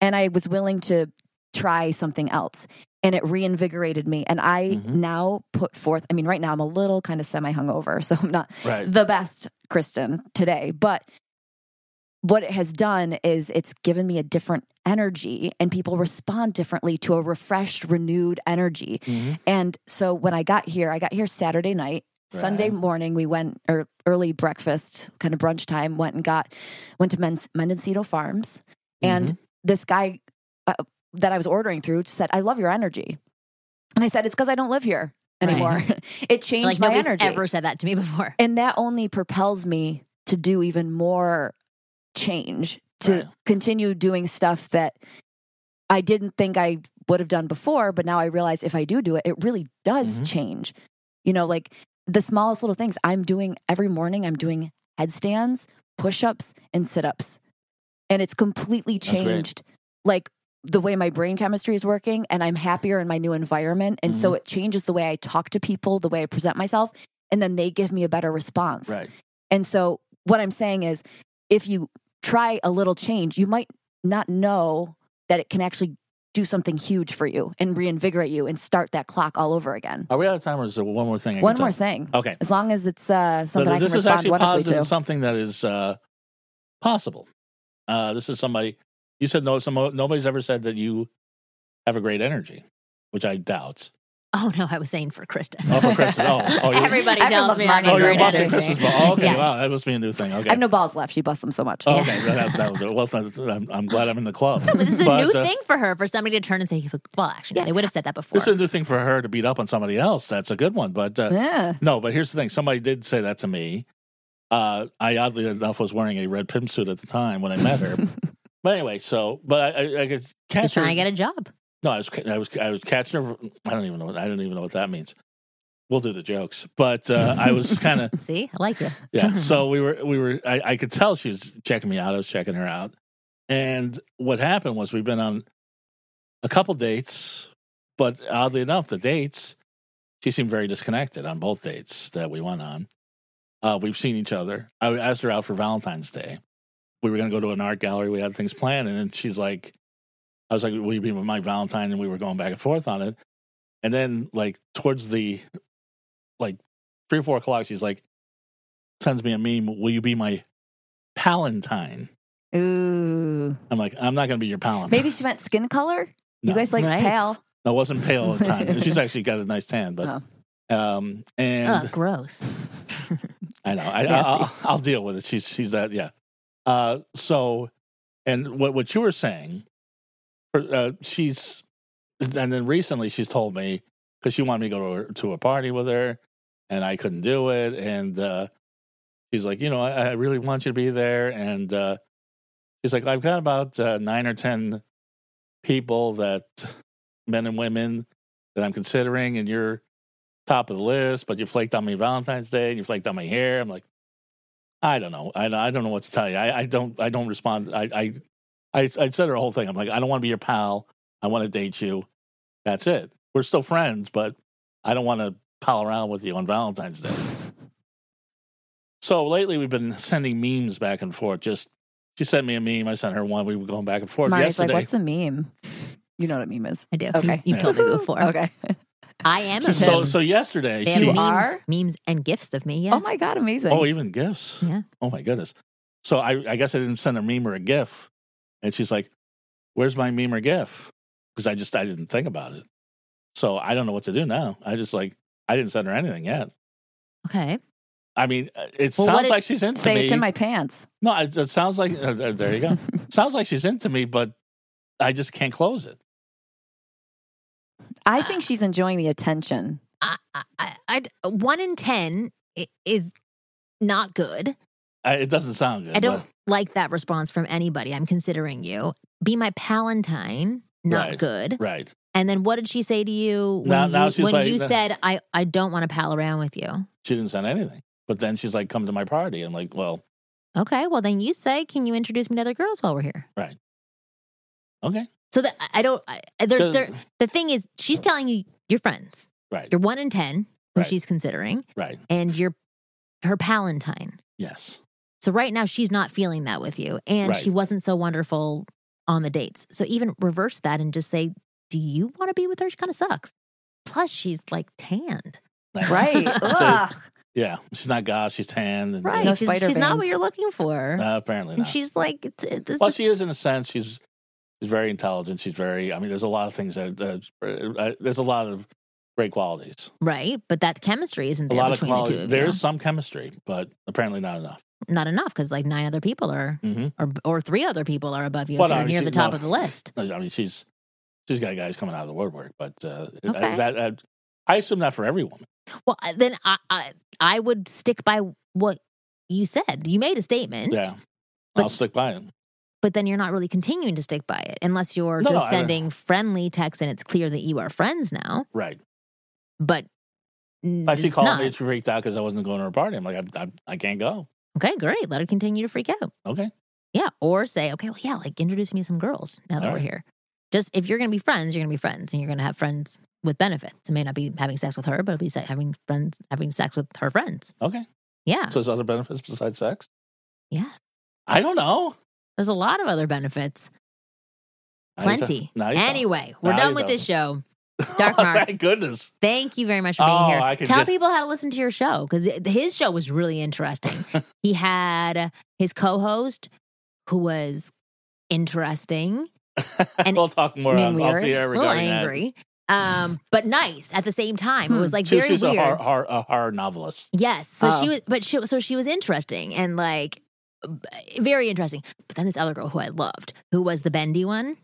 A: and I was willing to try something else. And it reinvigorated me. And I
C: Mhm.
A: now put forth, I mean, right now I'm a little kind of semi hungover, [LAUGHS] so I'm not
C: Right.
A: the best Kristen today. But what it has done is it's given me a different energy, and people respond differently to a refreshed, renewed energy.
C: Mhm.
A: And so when I got here, I got here Saturday night. Sunday
C: Right.
A: morning, we went or early breakfast, kind of brunch time. Went and got went to Men- Mendocino Farms, and
B: Mm-hmm.
A: this guy uh, that I was ordering through said, "I love your energy," and I said, "It's because I don't live here
B: Right.
A: anymore. [LAUGHS] it changed
B: Like
A: my
B: nobody's
A: energy,
B: ever said that to me before. [LAUGHS]
A: and that only propels me to do even more change to
C: Right.
A: continue doing stuff that I didn't think I would have done before, but now I realize if I do do it, it really does
C: Mhm.
A: change. You know, like the smallest little things I'm doing every morning, I'm doing headstands, push ups, and sit ups. And it's completely
C: That's great.
A: changed, like the way my brain chemistry is working, and I'm happier in my new environment. And
C: Mm-hmm.
A: so it changes the way I talk to people, the way I present myself, and then they give me a better response.
C: Right.
A: And so what I'm saying is if you try a little change, you might not know that it can actually do something huge for you and reinvigorate you and start that clock all over again.
C: Are we out of time, or is there one more thing? I
A: One
C: can
A: more
C: tell?
A: thing.
C: Okay.
A: As long as it's uh, something I
C: this
A: can
C: is
A: respond
C: actually
A: wonderfully
C: positive.
A: to.
C: and Something that is uh, possible. Uh, this is somebody you said no. Some, nobody's ever said that you have a great energy, which I doubt.
B: Oh no, I was saying for Kristen.
C: Oh, for
A: [LAUGHS]
C: Kristen. Oh, oh, you-
B: Everybody
A: Everyone
B: tells
A: loves
B: me
A: Marnie
B: I'm
A: for
C: Oh, you're
A: great
C: busting
A: energy.
C: Chris's ball. Oh, okay,
B: Yes.
C: wow, that must be a new thing.
A: I
C: Okay,
A: have no balls left. She busts them so much.
C: oh,
B: Yeah.
C: okay, that, that was it. Well, that's- I'm, I'm glad I'm in
A: [LAUGHS]
C: the club.
B: No, but [LAUGHS] this is a new
C: uh,
B: thing for her for somebody to turn and say, well, actually, no,
A: Yeah.
B: they would have said that before.
C: This is a new thing for her to beat up on somebody else. That's a good one. But uh,
A: Yeah.
C: no, but here's the thing. Somebody did say that to me. Uh, I oddly enough was wearing a red pimpsuit at the time when I
B: [LAUGHS]
C: met her. but anyway, so but I, I, I could
B: Just
C: catch her.
B: trying to get a job.
C: no, I was ca- I was I was catching her. I don't even know. What, I don't even know what that means. We'll do the jokes, but uh, I was kind of
B: See, I like you. [LAUGHS]
C: yeah. So we were we were. I, I could tell she was checking me out. I was checking her out. And what happened was we've been on a couple dates, but oddly enough, the dates she seemed very disconnected on both dates that we went on. Uh, we've seen each other. I asked her out for Valentine's Day. We were going to go to an art gallery. We had things planned, and then she's like, "I was like, will you be with Mike Valentine?" And we were going back and forth on it. And then, like towards the like three or four o'clock, she's like, sends me a meme. Will you be my Palantine?
A: Ooh.
C: I'm like, I'm not going to be your Palantine.
A: Maybe she meant skin color. You
C: No.
A: guys like
B: Right.
A: pale.
C: I wasn't pale at the
A: [LAUGHS]
C: time. And She's actually got a nice tan, but
A: Oh.
C: um, and
B: Ugh, gross.
C: I know I, I,
A: Nasty.
C: I'll, I'll deal with it. She's she's that yeah. Uh, so And what what you were saying, her- uh, she's, and then recently she's told me because she wanted me to go to, her, to a party with her, and I couldn't do it. And uh, she's like, you know, I, I really want you to be there. And uh, she's like, I've got about uh, nine or ten people that men and women that I'm considering, and you're top of the list. But you flaked on me Valentine's Day, and you flaked on my hair. I'm like. I don't know. I, I don't know what to tell you. I, I don't I don't respond. I, I I I said her whole thing. I'm like, I don't want to be your pal. I want to date you. That's it. We're still friends, but I don't want to pal around with you on Valentine's Day. so lately, we've been sending memes back and forth. Just she sent me a meme. I sent her one. We were going back and forth
A: Mari's like,
C: yesterday.
A: what's a meme? You know what a meme is.
B: I do.
A: Okay.
B: You, have told me before. [LAUGHS]
A: Okay.
B: I am a
C: so, so
B: meme.
C: so yesterday
B: And
A: You
C: she
B: memes,
A: are?
B: memes and gifts of me. Yes.
A: Oh my God, amazing.
C: oh even gifts.
B: Yeah.
C: Oh my goodness. So I, I guess I didn't send a meme or a gif. And she's like, Where's my meme or gif? Because I just I didn't think about it. So I don't know what to do now. I just like I didn't send her anything yet.
B: Okay.
C: I mean, uh, it
B: Well, what
C: sounds
B: did-
C: like she's into
A: Say
C: me.
A: it's in my pants.
C: no, it, it sounds like uh, uh, there
B: [LAUGHS]
C: you go. sounds like she's into me, but I just can't close it.
A: I think she's enjoying the attention.
B: I, I, I, I'd- one in ten i- is not good.
C: I, it doesn't sound good.
B: I don't like that response from anybody. I'm considering you. Be my Palantine. Not
C: Right.
B: good.
C: but- right.
B: And then what did she say to you when
C: Now-
B: you,
C: now she's
B: when
C: like-
B: you said, I, I don't want to pal around with you?
C: She didn't send anything. But then she's like, Come to my party. I'm like, Well,
B: Okay, well, then you say, Can you introduce me to other girls while we're here?
C: okay.
B: So that I- I don't, I, there's,
C: Just-
B: there, the thing is, she's telling you you're friends.
C: Right.
B: You're one in 10 who
C: Right.
B: she's considering,
C: Right.
B: and you're her Palantine.
C: Yes. [LAUGHS]
B: So right now, she's not feeling that with you. And
C: Right.
B: she wasn't so wonderful on the dates. So even reverse that and just say, Do you want to be with her? She kind of sucks. Plus, she's like tanned. [LAUGHS]
A: Right. Ugh.
C: Yeah. She's not goth. She's tan. and-
B: Right.
A: No
B: she's
A: spider
B: she's not what
A: veins.
B: you're looking for.
C: No, apparently
B: and
C: not.
B: she's like, it's, it- this
C: well,
B: is-
C: she is in a sense. She's she's very intelligent. She's very. I mean, there's a lot of things that uh, uh, there's a lot of great qualities.
B: Right, but that chemistry isn't
C: A
B: there
C: lot of
B: between the two
C: qualities.
B: of
C: There
B: you.
C: is some chemistry, but apparently not enough.
B: Not enough because like nine other people are,
C: Mhm.
B: or or three other people are above you
C: Well,
B: if
C: no,
B: you're near
C: she-
B: the top
C: no.
B: of the list.
C: I mean, she's she's got guys coming out of the woodwork, but uh,
B: Okay.
C: that uh, I assume not for every woman.
B: Well, I- then I, I I would stick by what you said. You made a statement,
C: Yeah,
B: But-
C: I'll stick by it.
B: but then you're not really continuing to stick by it unless you're
C: No, no,
B: just
C: I-
B: sending friendly texts and it's clear that you are friends now.
C: Right.
B: But n-
C: Like she
B: it's
C: called
B: not.
C: me. She freaked out because I wasn't going to her party. I'm like, I, I, I can't go.
B: Okay, great. Let her continue to freak out.
C: Okay.
B: Yeah, or say, okay, well, yeah, like introduce me to some girls now that
C: All
B: we're
C: right.
B: here. Just if you're going to be friends, you're going to be friends, and you're going to have friends with benefits. It may not be having sex with her, but it'll be se- having friends, having sex with her friends.
C: Okay.
B: Yeah,
C: So there's other benefits besides sex.
B: yeah.
C: I don't know.
B: There's a lot of other benefits,
C: Now you tell-
B: plenty.
C: now you tell-
B: Anyway, we're
C: Now
B: done
C: you
B: with
C: tell.
B: this show.
C: [LAUGHS]
B: Dark Mark.
C: Thank goodness.
B: Thank you very much for being
C: Oh,
B: here.
C: I could
B: Tell
C: get-
B: people how to listen to your show because his show was really
C: [LAUGHS]
B: interesting. he had his co-host who was interesting, And-
C: we'll talk more
A: Mean
C: on, off
A: weird?
C: the air
B: a little
C: regarding
B: angry, um, but nice at the same time. It was
C: that.
B: like
C: Hmm. She-
B: very
C: she's
B: weird.
C: a horror, horror, a horror novelist.
B: Yes. So she
A: Oh.
B: was, but she, so she was interesting and like b- very interesting. But then this other girl who I loved, who was the bendy one,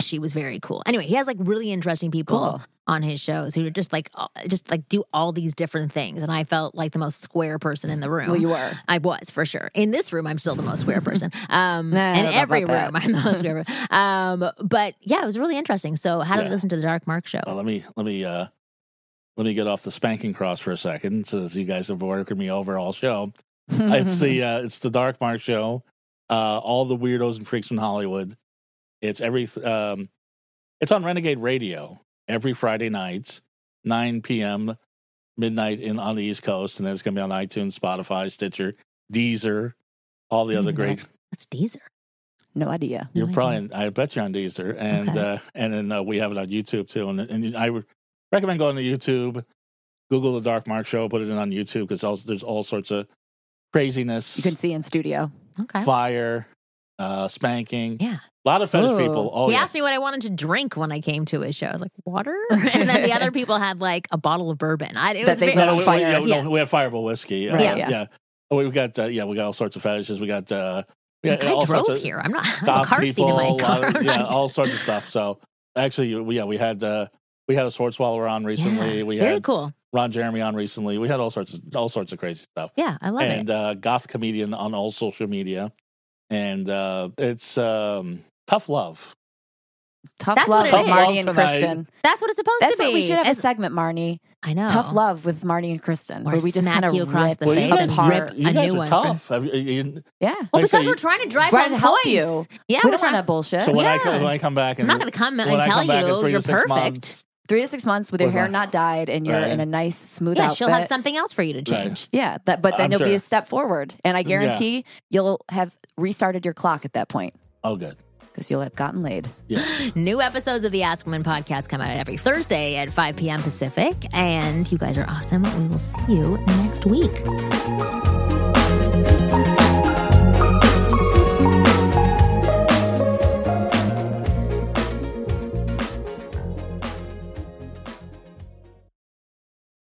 B: she was very cool. Anyway, he has like really interesting people
A: Cool.
B: on his shows who are just like, uh, just like do all these different things. And I felt like the most square person in the room.
A: Well, you were.
B: I was for sure. In this room, I'm still the most
A: [LAUGHS]
B: square person. Um,
A: Nah, I
B: in
A: don't know
B: every
A: about
B: room,
A: that.
B: I'm the
A: [LAUGHS]
B: most square. person. Um, but yeah, it was really interesting. So, how do we
C: Yeah.
B: listen to the Dark Mark show?
C: Well, let me let me uh let me get off the spanking cross for a second, since you guys have worked me over all show. it's the uh, it's the Dark Mark show. Uh, all the weirdos and freaks from Hollywood. It's every um, it's on Renegade Radio every Friday nights, nine p.m. midnight in on the East Coast, and then it's gonna be on iTunes, Spotify, Stitcher, Deezer, all the other
B: Mm,
C: great
B: That's Deezer.
A: [LAUGHS] no idea.
C: You're
B: No
C: probably, I bet you're on Deezer, and
B: Okay.
C: uh, and then uh, we have it on YouTube too. And and I would recommend going to YouTube, Google the Dark Mark Show, put it in on YouTube because there's all sorts of craziness,
A: You can see in studio.
B: Okay.
C: fire, uh, spanking,
B: Yeah.
C: a lot of fetish
A: Ooh.
C: people. Oh
B: he
C: yeah,
B: asked me what I wanted to drink when I came to his show. I was like,
A: [LAUGHS]
B: water? and then the other people had like a bottle of bourbon. I, it
A: That
B: was
A: they
B: very-
A: lit
C: no,
A: on
C: we,
A: fire.
C: We, yeah,
B: Yeah.
C: no, we have Fireball whiskey.
A: Right,
C: uh,
A: yeah.
C: yeah. Oh, we got uh, yeah, we got all sorts of fetishes. We got uh, Yeah,
B: like,
C: and all
B: I
C: sorts
B: drove
C: of
B: here. I'm not [LAUGHS] I have a
C: Stop
B: car
C: people,
B: seat in my
C: a
B: car.
A: uh,
B: [LAUGHS]
C: lot of- yeah, all sorts of stuff. So actually, we- yeah, we had uh, we had a sword swallower on recently.
B: Yeah,
C: we
B: Very
C: had
B: cool.
C: Ron Jeremy on recently. We had all sorts of all sorts of crazy stuff.
B: Yeah, I love
C: and
B: it.
C: uh, goth comedian on all social media, and uh, it's um, tough love.
A: Tough
B: That's
A: love
B: what
A: with
B: it is.
A: Marnie and
C: Tough love
A: Kristen.
B: That's what it's supposed
A: That's
B: to be.
A: what we should have
B: As-
A: a segment, Marnie.
B: I know.
A: Tough love with Marnie and Kristen,
B: Or
A: where we just
B: smack
A: kind of
B: you across
A: rip
B: the face
C: guys,
B: and
A: apart.
B: rip
C: you
B: a
C: guys
B: new
C: are
B: one for-
C: tough. Have you- you-
A: Yeah,
B: Well,
C: Like I
B: because
C: say,
B: we're trying to drive
A: We're
B: home
A: trying to help
B: points.
A: you.
B: Yeah,
A: we don't
B: we're
A: want
B: trying
A: to bullshit.
C: so when I
B: Yeah.
C: come, when I come back,
B: I'm
C: and
B: not going to come
C: when
B: and
C: I
B: tell
C: come back in
B: you
C: three
B: you're
C: to six
B: perfect.
C: months,
A: Three to six months with your
C: With
A: hair
C: my-
A: not dyed and you're
C: Right.
A: in a nice smooth
B: yeah,
A: outfit.
B: she'll have something else for you to change.
A: Yeah, that, but then
C: I'm
A: you'll be
C: sure.
A: a step forward, and I guarantee you'll have restarted your clock at that point
C: oh good,
A: because you'll have gotten laid.
C: yes,
B: New episodes of the Ask Women podcast come out every Thursday at 5 p.m. Pacific. And you guys are awesome. We will see you next week.